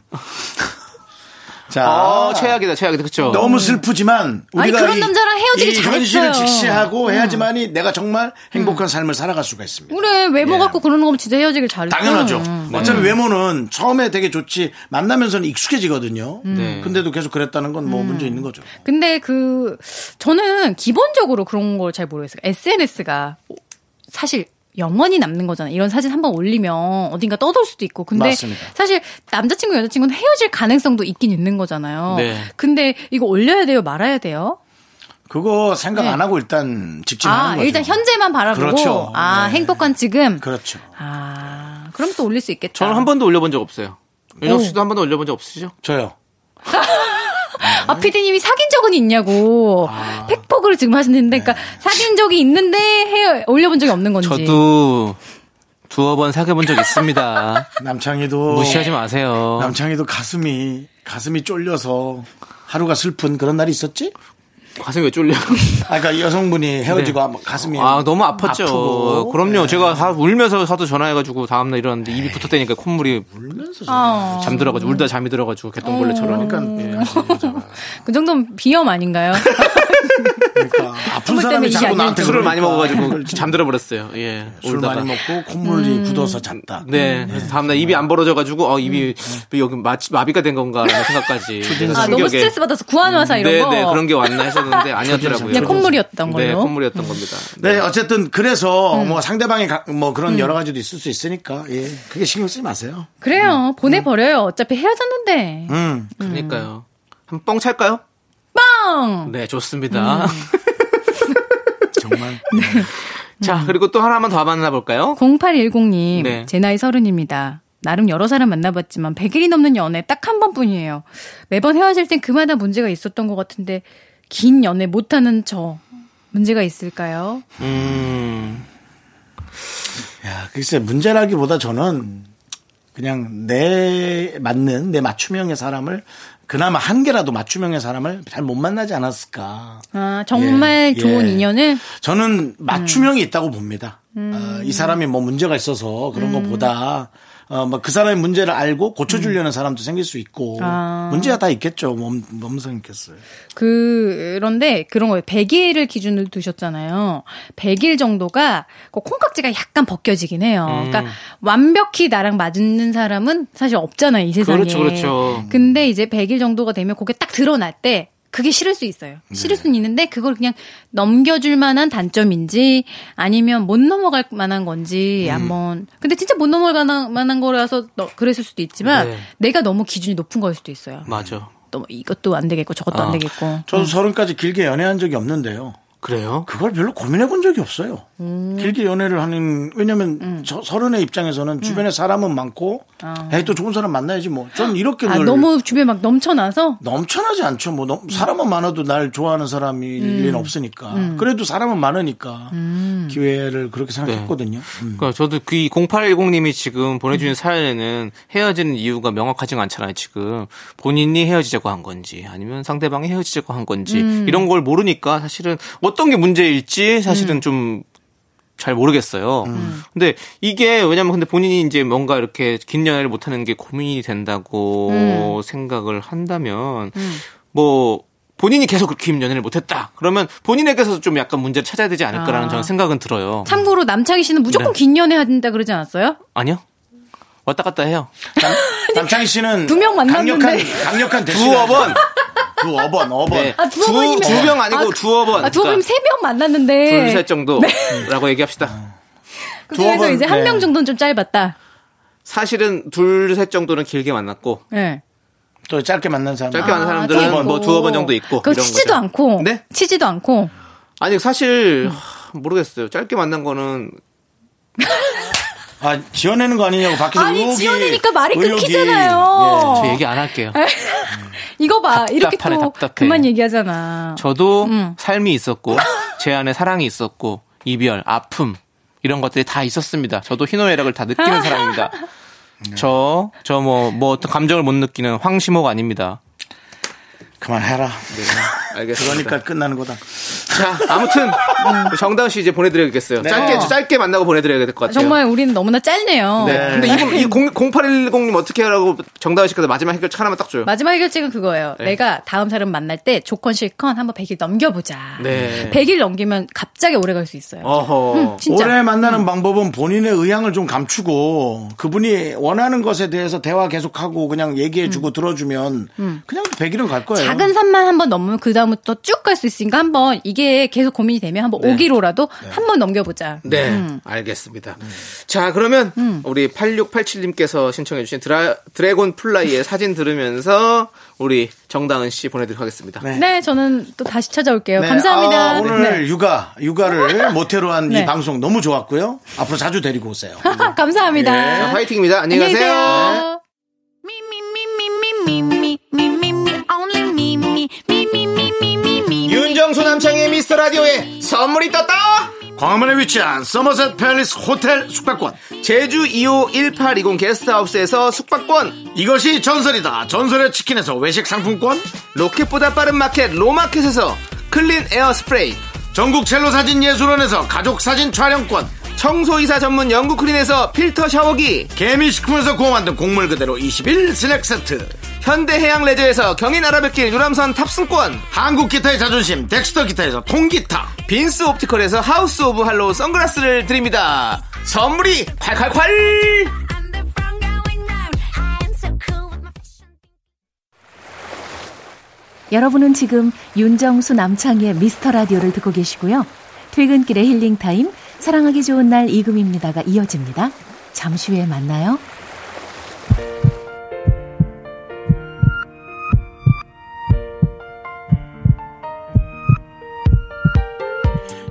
[SPEAKER 2] 자.
[SPEAKER 3] 어, 최악이다, 최악이다. 그쵸?
[SPEAKER 2] 너무 슬프지만
[SPEAKER 6] 아니,
[SPEAKER 2] 우리가
[SPEAKER 6] 그런
[SPEAKER 2] 이-
[SPEAKER 6] 남자랑 헤어지기
[SPEAKER 2] 이
[SPEAKER 6] 잘했어요. 음.
[SPEAKER 2] 현실을 직시하고 해야지만이 내가 정말 행복한 삶을 살아갈 수가 있습니다.
[SPEAKER 6] 그래 외모
[SPEAKER 2] 예.
[SPEAKER 6] 갖고 그러는 거면 진짜 헤어지길 잘했어. 음.
[SPEAKER 2] 당연하죠.
[SPEAKER 6] 네.
[SPEAKER 2] 어차피 외모는 처음에 되게 좋지 만나면서는 익숙해지거든요.
[SPEAKER 6] 음.
[SPEAKER 3] 네.
[SPEAKER 2] 근데도 계속 그랬다는 건 뭐 문제 있는 거죠.
[SPEAKER 6] 근데 그 저는 기본적으로 그런 걸 잘 모르겠어요. SNS가 사실 영원히 남는 거잖아요. 이런 사진 한 번 올리면 어딘가 떠돌 수도 있고. 근데
[SPEAKER 2] 맞습니다.
[SPEAKER 6] 사실 남자친구 여자친구는 헤어질 가능성도 있긴 있는 거잖아요.
[SPEAKER 3] 네.
[SPEAKER 6] 근데 이거 올려야 돼요, 말아야 돼요?
[SPEAKER 2] 그거 생각
[SPEAKER 6] 네.
[SPEAKER 2] 안 하고 일단 직진하는
[SPEAKER 6] 아,
[SPEAKER 2] 거죠.
[SPEAKER 6] 일단 현재만 바라보고
[SPEAKER 2] 그렇죠.
[SPEAKER 6] 아,
[SPEAKER 2] 네.
[SPEAKER 6] 행복한 지금.
[SPEAKER 2] 그렇죠.
[SPEAKER 6] 아, 그럼 또 올릴 수 있겠다.
[SPEAKER 3] 저는 한 번도 올려본 적 없어요. 윤혁 씨도 한 번도 올려본 적 없으시죠?
[SPEAKER 2] 저요.
[SPEAKER 6] 아, 피디님이 사귄 적은 있냐고.
[SPEAKER 3] 아.
[SPEAKER 6] 팩폭을 지금 하시는데, 그러니까 사귄 적이 있는데 헤어, 올려본 적이 없는 건지.
[SPEAKER 3] 네. 저도 두어 번 사귀어본 적 있습니다.
[SPEAKER 2] 남창희도
[SPEAKER 3] 무시하지 마세요.
[SPEAKER 2] 남창희도 가슴이 가슴이 쫄려서 하루가 슬픈 그런 날이 있었지?
[SPEAKER 3] 가슴이 왜 쫄려?
[SPEAKER 2] 아, 그러니까 여성분이 헤어지고 아마 가슴이
[SPEAKER 3] 아, 너무 아팠죠.
[SPEAKER 2] 아프고.
[SPEAKER 3] 그럼요. 제가 하- 울면서 사도 전화해가지고 다음날 일어났는데 입이 붙었다니까 콧물이
[SPEAKER 2] 울면서
[SPEAKER 6] 어.
[SPEAKER 3] 잠들어가지고 울다 잠이 들어가지고 개똥벌레처럼.
[SPEAKER 6] 음.
[SPEAKER 2] 그러니까,
[SPEAKER 6] 그 정도면 비염 아닌가요?
[SPEAKER 2] 그러니까 아픈
[SPEAKER 6] 콧물 때문에
[SPEAKER 2] 사람이
[SPEAKER 6] 이게
[SPEAKER 2] 자꾸
[SPEAKER 6] 안
[SPEAKER 2] 나한테
[SPEAKER 3] 술을
[SPEAKER 2] 그러니까.
[SPEAKER 3] 많이
[SPEAKER 6] 음.
[SPEAKER 3] 먹어가지고 잠들어 버렸어요. 예.
[SPEAKER 2] 술
[SPEAKER 3] 울다가.
[SPEAKER 2] 많이 먹고 콧물이 굳어서 잤다.
[SPEAKER 3] 네. 그래서 다음날 입이 안 벌어져가지고, 어, 입이, 왜 여기 마, 마비가 된 건가라는 생각까지. 그래서
[SPEAKER 6] 음. 아, 너무
[SPEAKER 3] 충격에.
[SPEAKER 6] 스트레스 받아서 구한화사 이런
[SPEAKER 3] 네,
[SPEAKER 6] 거.
[SPEAKER 3] 네, 그런 게 왔나 했었는데 아니었더라고요.
[SPEAKER 6] 그냥 콧물이었던 걸로.
[SPEAKER 3] 네, 콧물이었던 겁니다.
[SPEAKER 2] 네, 어쨌든 그래서 뭐 상대방의 가- 뭐 그런 여러 가지도 있을 수 있으니까 예, 그게 신경 쓰지 마세요.
[SPEAKER 6] 그래요.
[SPEAKER 3] 음.
[SPEAKER 6] 보내버려요. 어차피 헤어졌는데.
[SPEAKER 2] 음,
[SPEAKER 3] 그러니까요. 한 뻥 찰까요?
[SPEAKER 6] 빵!
[SPEAKER 3] 네,
[SPEAKER 6] 음.
[SPEAKER 3] 좋습니다.
[SPEAKER 2] 정말
[SPEAKER 3] 자, 그리고 또 하나만 더 만나볼까요?
[SPEAKER 6] 0810님,
[SPEAKER 3] 네.
[SPEAKER 6] 제 나이 서른입니다. 나름 여러 사람 만나봤지만 100일이 넘는 연애 딱 한 번뿐이에요. 매번 헤어질 땐 그마다 문제가 있었던 것 같은데 긴 연애 못하는 저 문제가 있을까요?
[SPEAKER 3] 음,
[SPEAKER 2] 야, 글쎄 문제라기보다 저는 그냥 내 맞는 내 맞춤형의 사람을 그나마 한 개라도 맞춤형의 사람을 잘 못 만나지 않았을까.
[SPEAKER 6] 아, 정말
[SPEAKER 2] 예,
[SPEAKER 6] 좋은
[SPEAKER 2] 예.
[SPEAKER 6] 인연을
[SPEAKER 2] 저는 맞춤형이
[SPEAKER 6] 음.
[SPEAKER 2] 있다고 봅니다. 어, 이 사람이 뭐 문제가 있어서 그런
[SPEAKER 6] 음.
[SPEAKER 2] 것보다 어, 뭐그 사람의 문제를 알고 고쳐주려는 사람도 생길 수 있고
[SPEAKER 6] 음. 아.
[SPEAKER 2] 문제가 다 있겠죠. 몸, 몸성 있겠어요.
[SPEAKER 6] 그런데 그런 거예요. 100일을 기준으로 두셨잖아요. 100일 정도가 그 콩깍지가 약간 벗겨지긴 해요.
[SPEAKER 3] 음.
[SPEAKER 6] 그러니까 완벽히 나랑 맞는 사람은 사실 없잖아요, 이 세상에.
[SPEAKER 3] 그렇죠, 그렇죠.
[SPEAKER 6] 근데 이제 100일 정도가 되면 그게 딱 드러날 때 그게 싫을 수 있어요.
[SPEAKER 3] 네.
[SPEAKER 6] 싫을 수는 있는데 그걸 그냥 넘겨줄 만한 단점인지 아니면 못 넘어갈 만한
[SPEAKER 3] 음.
[SPEAKER 6] 건지 한번 근데 진짜 못 넘어갈 만한 거라서 너- 그랬을 수도 있지만
[SPEAKER 3] 네.
[SPEAKER 6] 내가 너무 기준이 높은 거일 수도 있어요.
[SPEAKER 3] 맞아.
[SPEAKER 6] 또뭐 이것도 안 되겠고 저것도
[SPEAKER 3] 아.
[SPEAKER 6] 안 되겠고.
[SPEAKER 2] 저도 서른까지 길게 연애한 적이 없는데요.
[SPEAKER 3] 그래요?
[SPEAKER 2] 그걸 별로 고민해 본 적이 없어요.
[SPEAKER 6] 음.
[SPEAKER 2] 길게 연애를 하는, 왜냐면 저 서른의 입장에서는 주변에 사람은 많고, 에이, 또 좋은 사람 만나야지 뭐. 전 이렇게
[SPEAKER 6] 음. 아,
[SPEAKER 2] 늘
[SPEAKER 6] 너무 주변에 막 넘쳐나서?
[SPEAKER 2] 넘쳐나지 않죠. 뭐 너무 사람은 많아도 날 좋아하는 사람이
[SPEAKER 6] 음.
[SPEAKER 2] 일리는 없으니까. 그래도 사람은 많으니까 기회를 그렇게 생각했거든요. 음.
[SPEAKER 3] 그러니까 저도 그 0810님이 지금 보내주신 사연에는 헤어지는 이유가 명확하지가 않잖아요. 지금 본인이 헤어지자고 한 건지 아니면 상대방이 헤어지자고 한 건지 이런 걸 모르니까 사실은 어떤 게 문제일지 사실은 좀 잘 모르겠어요. 근데 이게 왜냐면 근데 본인이 이제 뭔가 이렇게 긴 연애를 못 하는 게 고민이 된다고 생각을 한다면 뭐 본인이 계속 그렇게 긴 연애를 못 했다. 그러면 본인에게서 좀 약간 문제를 찾아야 되지 않을까라는
[SPEAKER 6] 아.
[SPEAKER 3] 저는 생각은 들어요.
[SPEAKER 6] 참고로 남창희 씨는 무조건
[SPEAKER 3] 네.
[SPEAKER 6] 긴 연애 한다 그러지 않았어요?
[SPEAKER 3] 아니요. 왔다 갔다 해요.
[SPEAKER 2] 남- 남창희 씨는
[SPEAKER 6] 두명 만났는데.
[SPEAKER 2] 강력한 강력한 대신
[SPEAKER 3] 두어 번.
[SPEAKER 2] 두 어번 어번
[SPEAKER 3] 네.
[SPEAKER 6] 아, 두어 번이면-
[SPEAKER 3] 두명 아니고
[SPEAKER 6] 아,
[SPEAKER 3] 두어 번.
[SPEAKER 6] 아, 두 분이
[SPEAKER 3] 그러니까
[SPEAKER 6] 세명 만났는데.
[SPEAKER 3] 둘셋
[SPEAKER 6] 네.
[SPEAKER 3] 정도라고 얘기합시다.
[SPEAKER 6] 그
[SPEAKER 2] 두
[SPEAKER 6] 중에서
[SPEAKER 2] 번,
[SPEAKER 6] 이제 한
[SPEAKER 2] 네.
[SPEAKER 6] 명 정도는 좀 짧았다.
[SPEAKER 3] 사실은 둘 셋 정도는 길게 만났고
[SPEAKER 6] 예. 네. 아,
[SPEAKER 2] 또 짧게 만난 사람
[SPEAKER 3] 짧게 만난 사람들은
[SPEAKER 2] 두 번.
[SPEAKER 3] 뭐 두어 번 정도 있고
[SPEAKER 6] 그거
[SPEAKER 3] 이런
[SPEAKER 6] 치지도
[SPEAKER 3] 거죠.
[SPEAKER 6] 않고.
[SPEAKER 3] 네?
[SPEAKER 6] 치지도 않고.
[SPEAKER 3] 아니 사실 하, 모르겠어요. 짧게 만난 거는
[SPEAKER 2] 아 지어내는 거 아니냐고 밖에서
[SPEAKER 6] 아니,
[SPEAKER 2] 의혹이-
[SPEAKER 6] 지어내니까 말이
[SPEAKER 2] 의혹이-
[SPEAKER 6] 끊기잖아요.
[SPEAKER 3] 저 예, 얘기 안 할게요.
[SPEAKER 6] 이거 봐. 이렇게
[SPEAKER 3] 답답하네,
[SPEAKER 6] 또
[SPEAKER 3] 답답해.
[SPEAKER 6] 그만 얘기하잖아.
[SPEAKER 3] 저도
[SPEAKER 6] 음.
[SPEAKER 3] 삶이 있었고 제 안에 사랑이 있었고 이별, 아픔 이런 것들이 다 있었습니다. 저도 희노애락을 다 느끼는 사람입니다. 네. 저 저 뭐 뭐 어떤 감정을 못 느끼는 황시모가 아닙니다.
[SPEAKER 2] 예, 그만해라
[SPEAKER 3] 네, 알겠습니다.
[SPEAKER 2] 그러니까 끝나는 거다 자,
[SPEAKER 3] 그러니까 아무튼 정다은 씨 이제 보내드려야겠어요.
[SPEAKER 2] 네.
[SPEAKER 3] 짧게
[SPEAKER 6] 음. 어.
[SPEAKER 3] 짧게 만나고 보내드려야 될 것 같아요.
[SPEAKER 6] 정말 우리는 너무나 짧네요.
[SPEAKER 3] 네. 근데 이분 이 0810님 어떻게 하라고 정다은 씨께서 마지막 해결 하나만 딱 줘요.
[SPEAKER 6] 마지막 해결책은 그거예요.
[SPEAKER 3] 네.
[SPEAKER 6] 내가 다음 사람 만날 때 조건 실건 한번 100일 넘겨보자.
[SPEAKER 3] 네.
[SPEAKER 6] 100일 넘기면 갑자기 오래 갈 수 있어요.
[SPEAKER 3] 어허.
[SPEAKER 6] 진짜. 음.
[SPEAKER 2] 올해 만나는 방법은 본인의 의향을 좀 감추고 그분이 원하는 것에 대해서 대화 계속하고 그냥 얘기해주고 들어주면 그냥 100일은 갈 거예요.
[SPEAKER 6] 음. 작은 산만 한번 넘으면 그 다음부터 쭉 갈 수 있으니까 한번 이게 계속 고민이 되면 한번
[SPEAKER 3] 네.
[SPEAKER 6] 5기로라도 한번 넘겨보자.
[SPEAKER 3] 네, 알겠습니다. 자, 그러면 우리 8687님께서 신청해주신 드라, 드래곤 플라이의 사진 들으면서 우리 정다은 씨 보내드리도록 하겠습니다.
[SPEAKER 2] 네.
[SPEAKER 6] 네, 저는 또 다시 찾아올게요.
[SPEAKER 2] 네,
[SPEAKER 6] 감사합니다.
[SPEAKER 2] 아, 오늘 육아, 육아를 모태로 한 이
[SPEAKER 6] 네.
[SPEAKER 2] 방송 너무 좋았고요. 앞으로 자주 데리고 오세요.
[SPEAKER 6] 감사합니다.
[SPEAKER 3] 자, 예, 화이팅입니다. 안녕히 가세요.
[SPEAKER 7] Me, me, me, me, me, me, me, me, me, me, only me, me, me, me, me, me, me, me.
[SPEAKER 3] 윤정수 남창의 미스터 라디오에 선물이 떴다!
[SPEAKER 2] 광화문에 위치한 서머셋 팰리스 호텔 숙박권.
[SPEAKER 3] 제주 2호 1820 게스트하우스에서 숙박권,
[SPEAKER 2] 이것이 전설이다. 전설의 치킨에서 외식 상품권.
[SPEAKER 3] 로켓보다 빠른 마켓 로마켓에서 클린 에어 스프레이,
[SPEAKER 2] 전국 첼로 사진 예술원에서 가족 사진 촬영권.
[SPEAKER 3] 청소이사 전문 영국 크린에서 필터 샤워기,
[SPEAKER 2] 개미식품에서 구워 만든 곡물 그대로 21 스낵 세트.
[SPEAKER 3] 현대해양 레저에서 경인 아라뱃길 유람선 탑승권,
[SPEAKER 2] 한국 기타의 자존심 덱스터 기타에서 통기타.
[SPEAKER 3] 빈스 옵티컬에서 하우스 오브 할로우 선글라스를 드립니다. 선물이 콸콸콸!
[SPEAKER 7] I'm the one going round. I am so cool with my fashion.
[SPEAKER 8] 여러분은 지금 윤정수 남창희의 미스터 라디오를 듣고 계시고요. 퇴근길의 힐링 타임, 사랑하기 좋은 날 이금입니다가 이어집니다. 잠시 후에 만나요.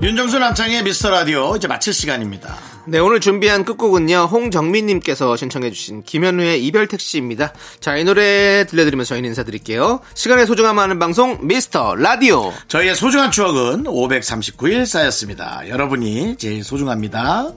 [SPEAKER 2] 윤정수 남창의 미스터 라디오 이제 마칠 시간입니다.
[SPEAKER 3] 네, 오늘 준비한 끝곡은요, 홍정민님께서 신청해주신 김현우의 이별 택시입니다. 자, 이 노래 들려드리면서 저희는 인사드릴게요. 시간의 소중함 하는 방송, 미스터 라디오.
[SPEAKER 2] 저희의 소중한 추억은 539일 쌓였습니다. 여러분이 제일 소중합니다.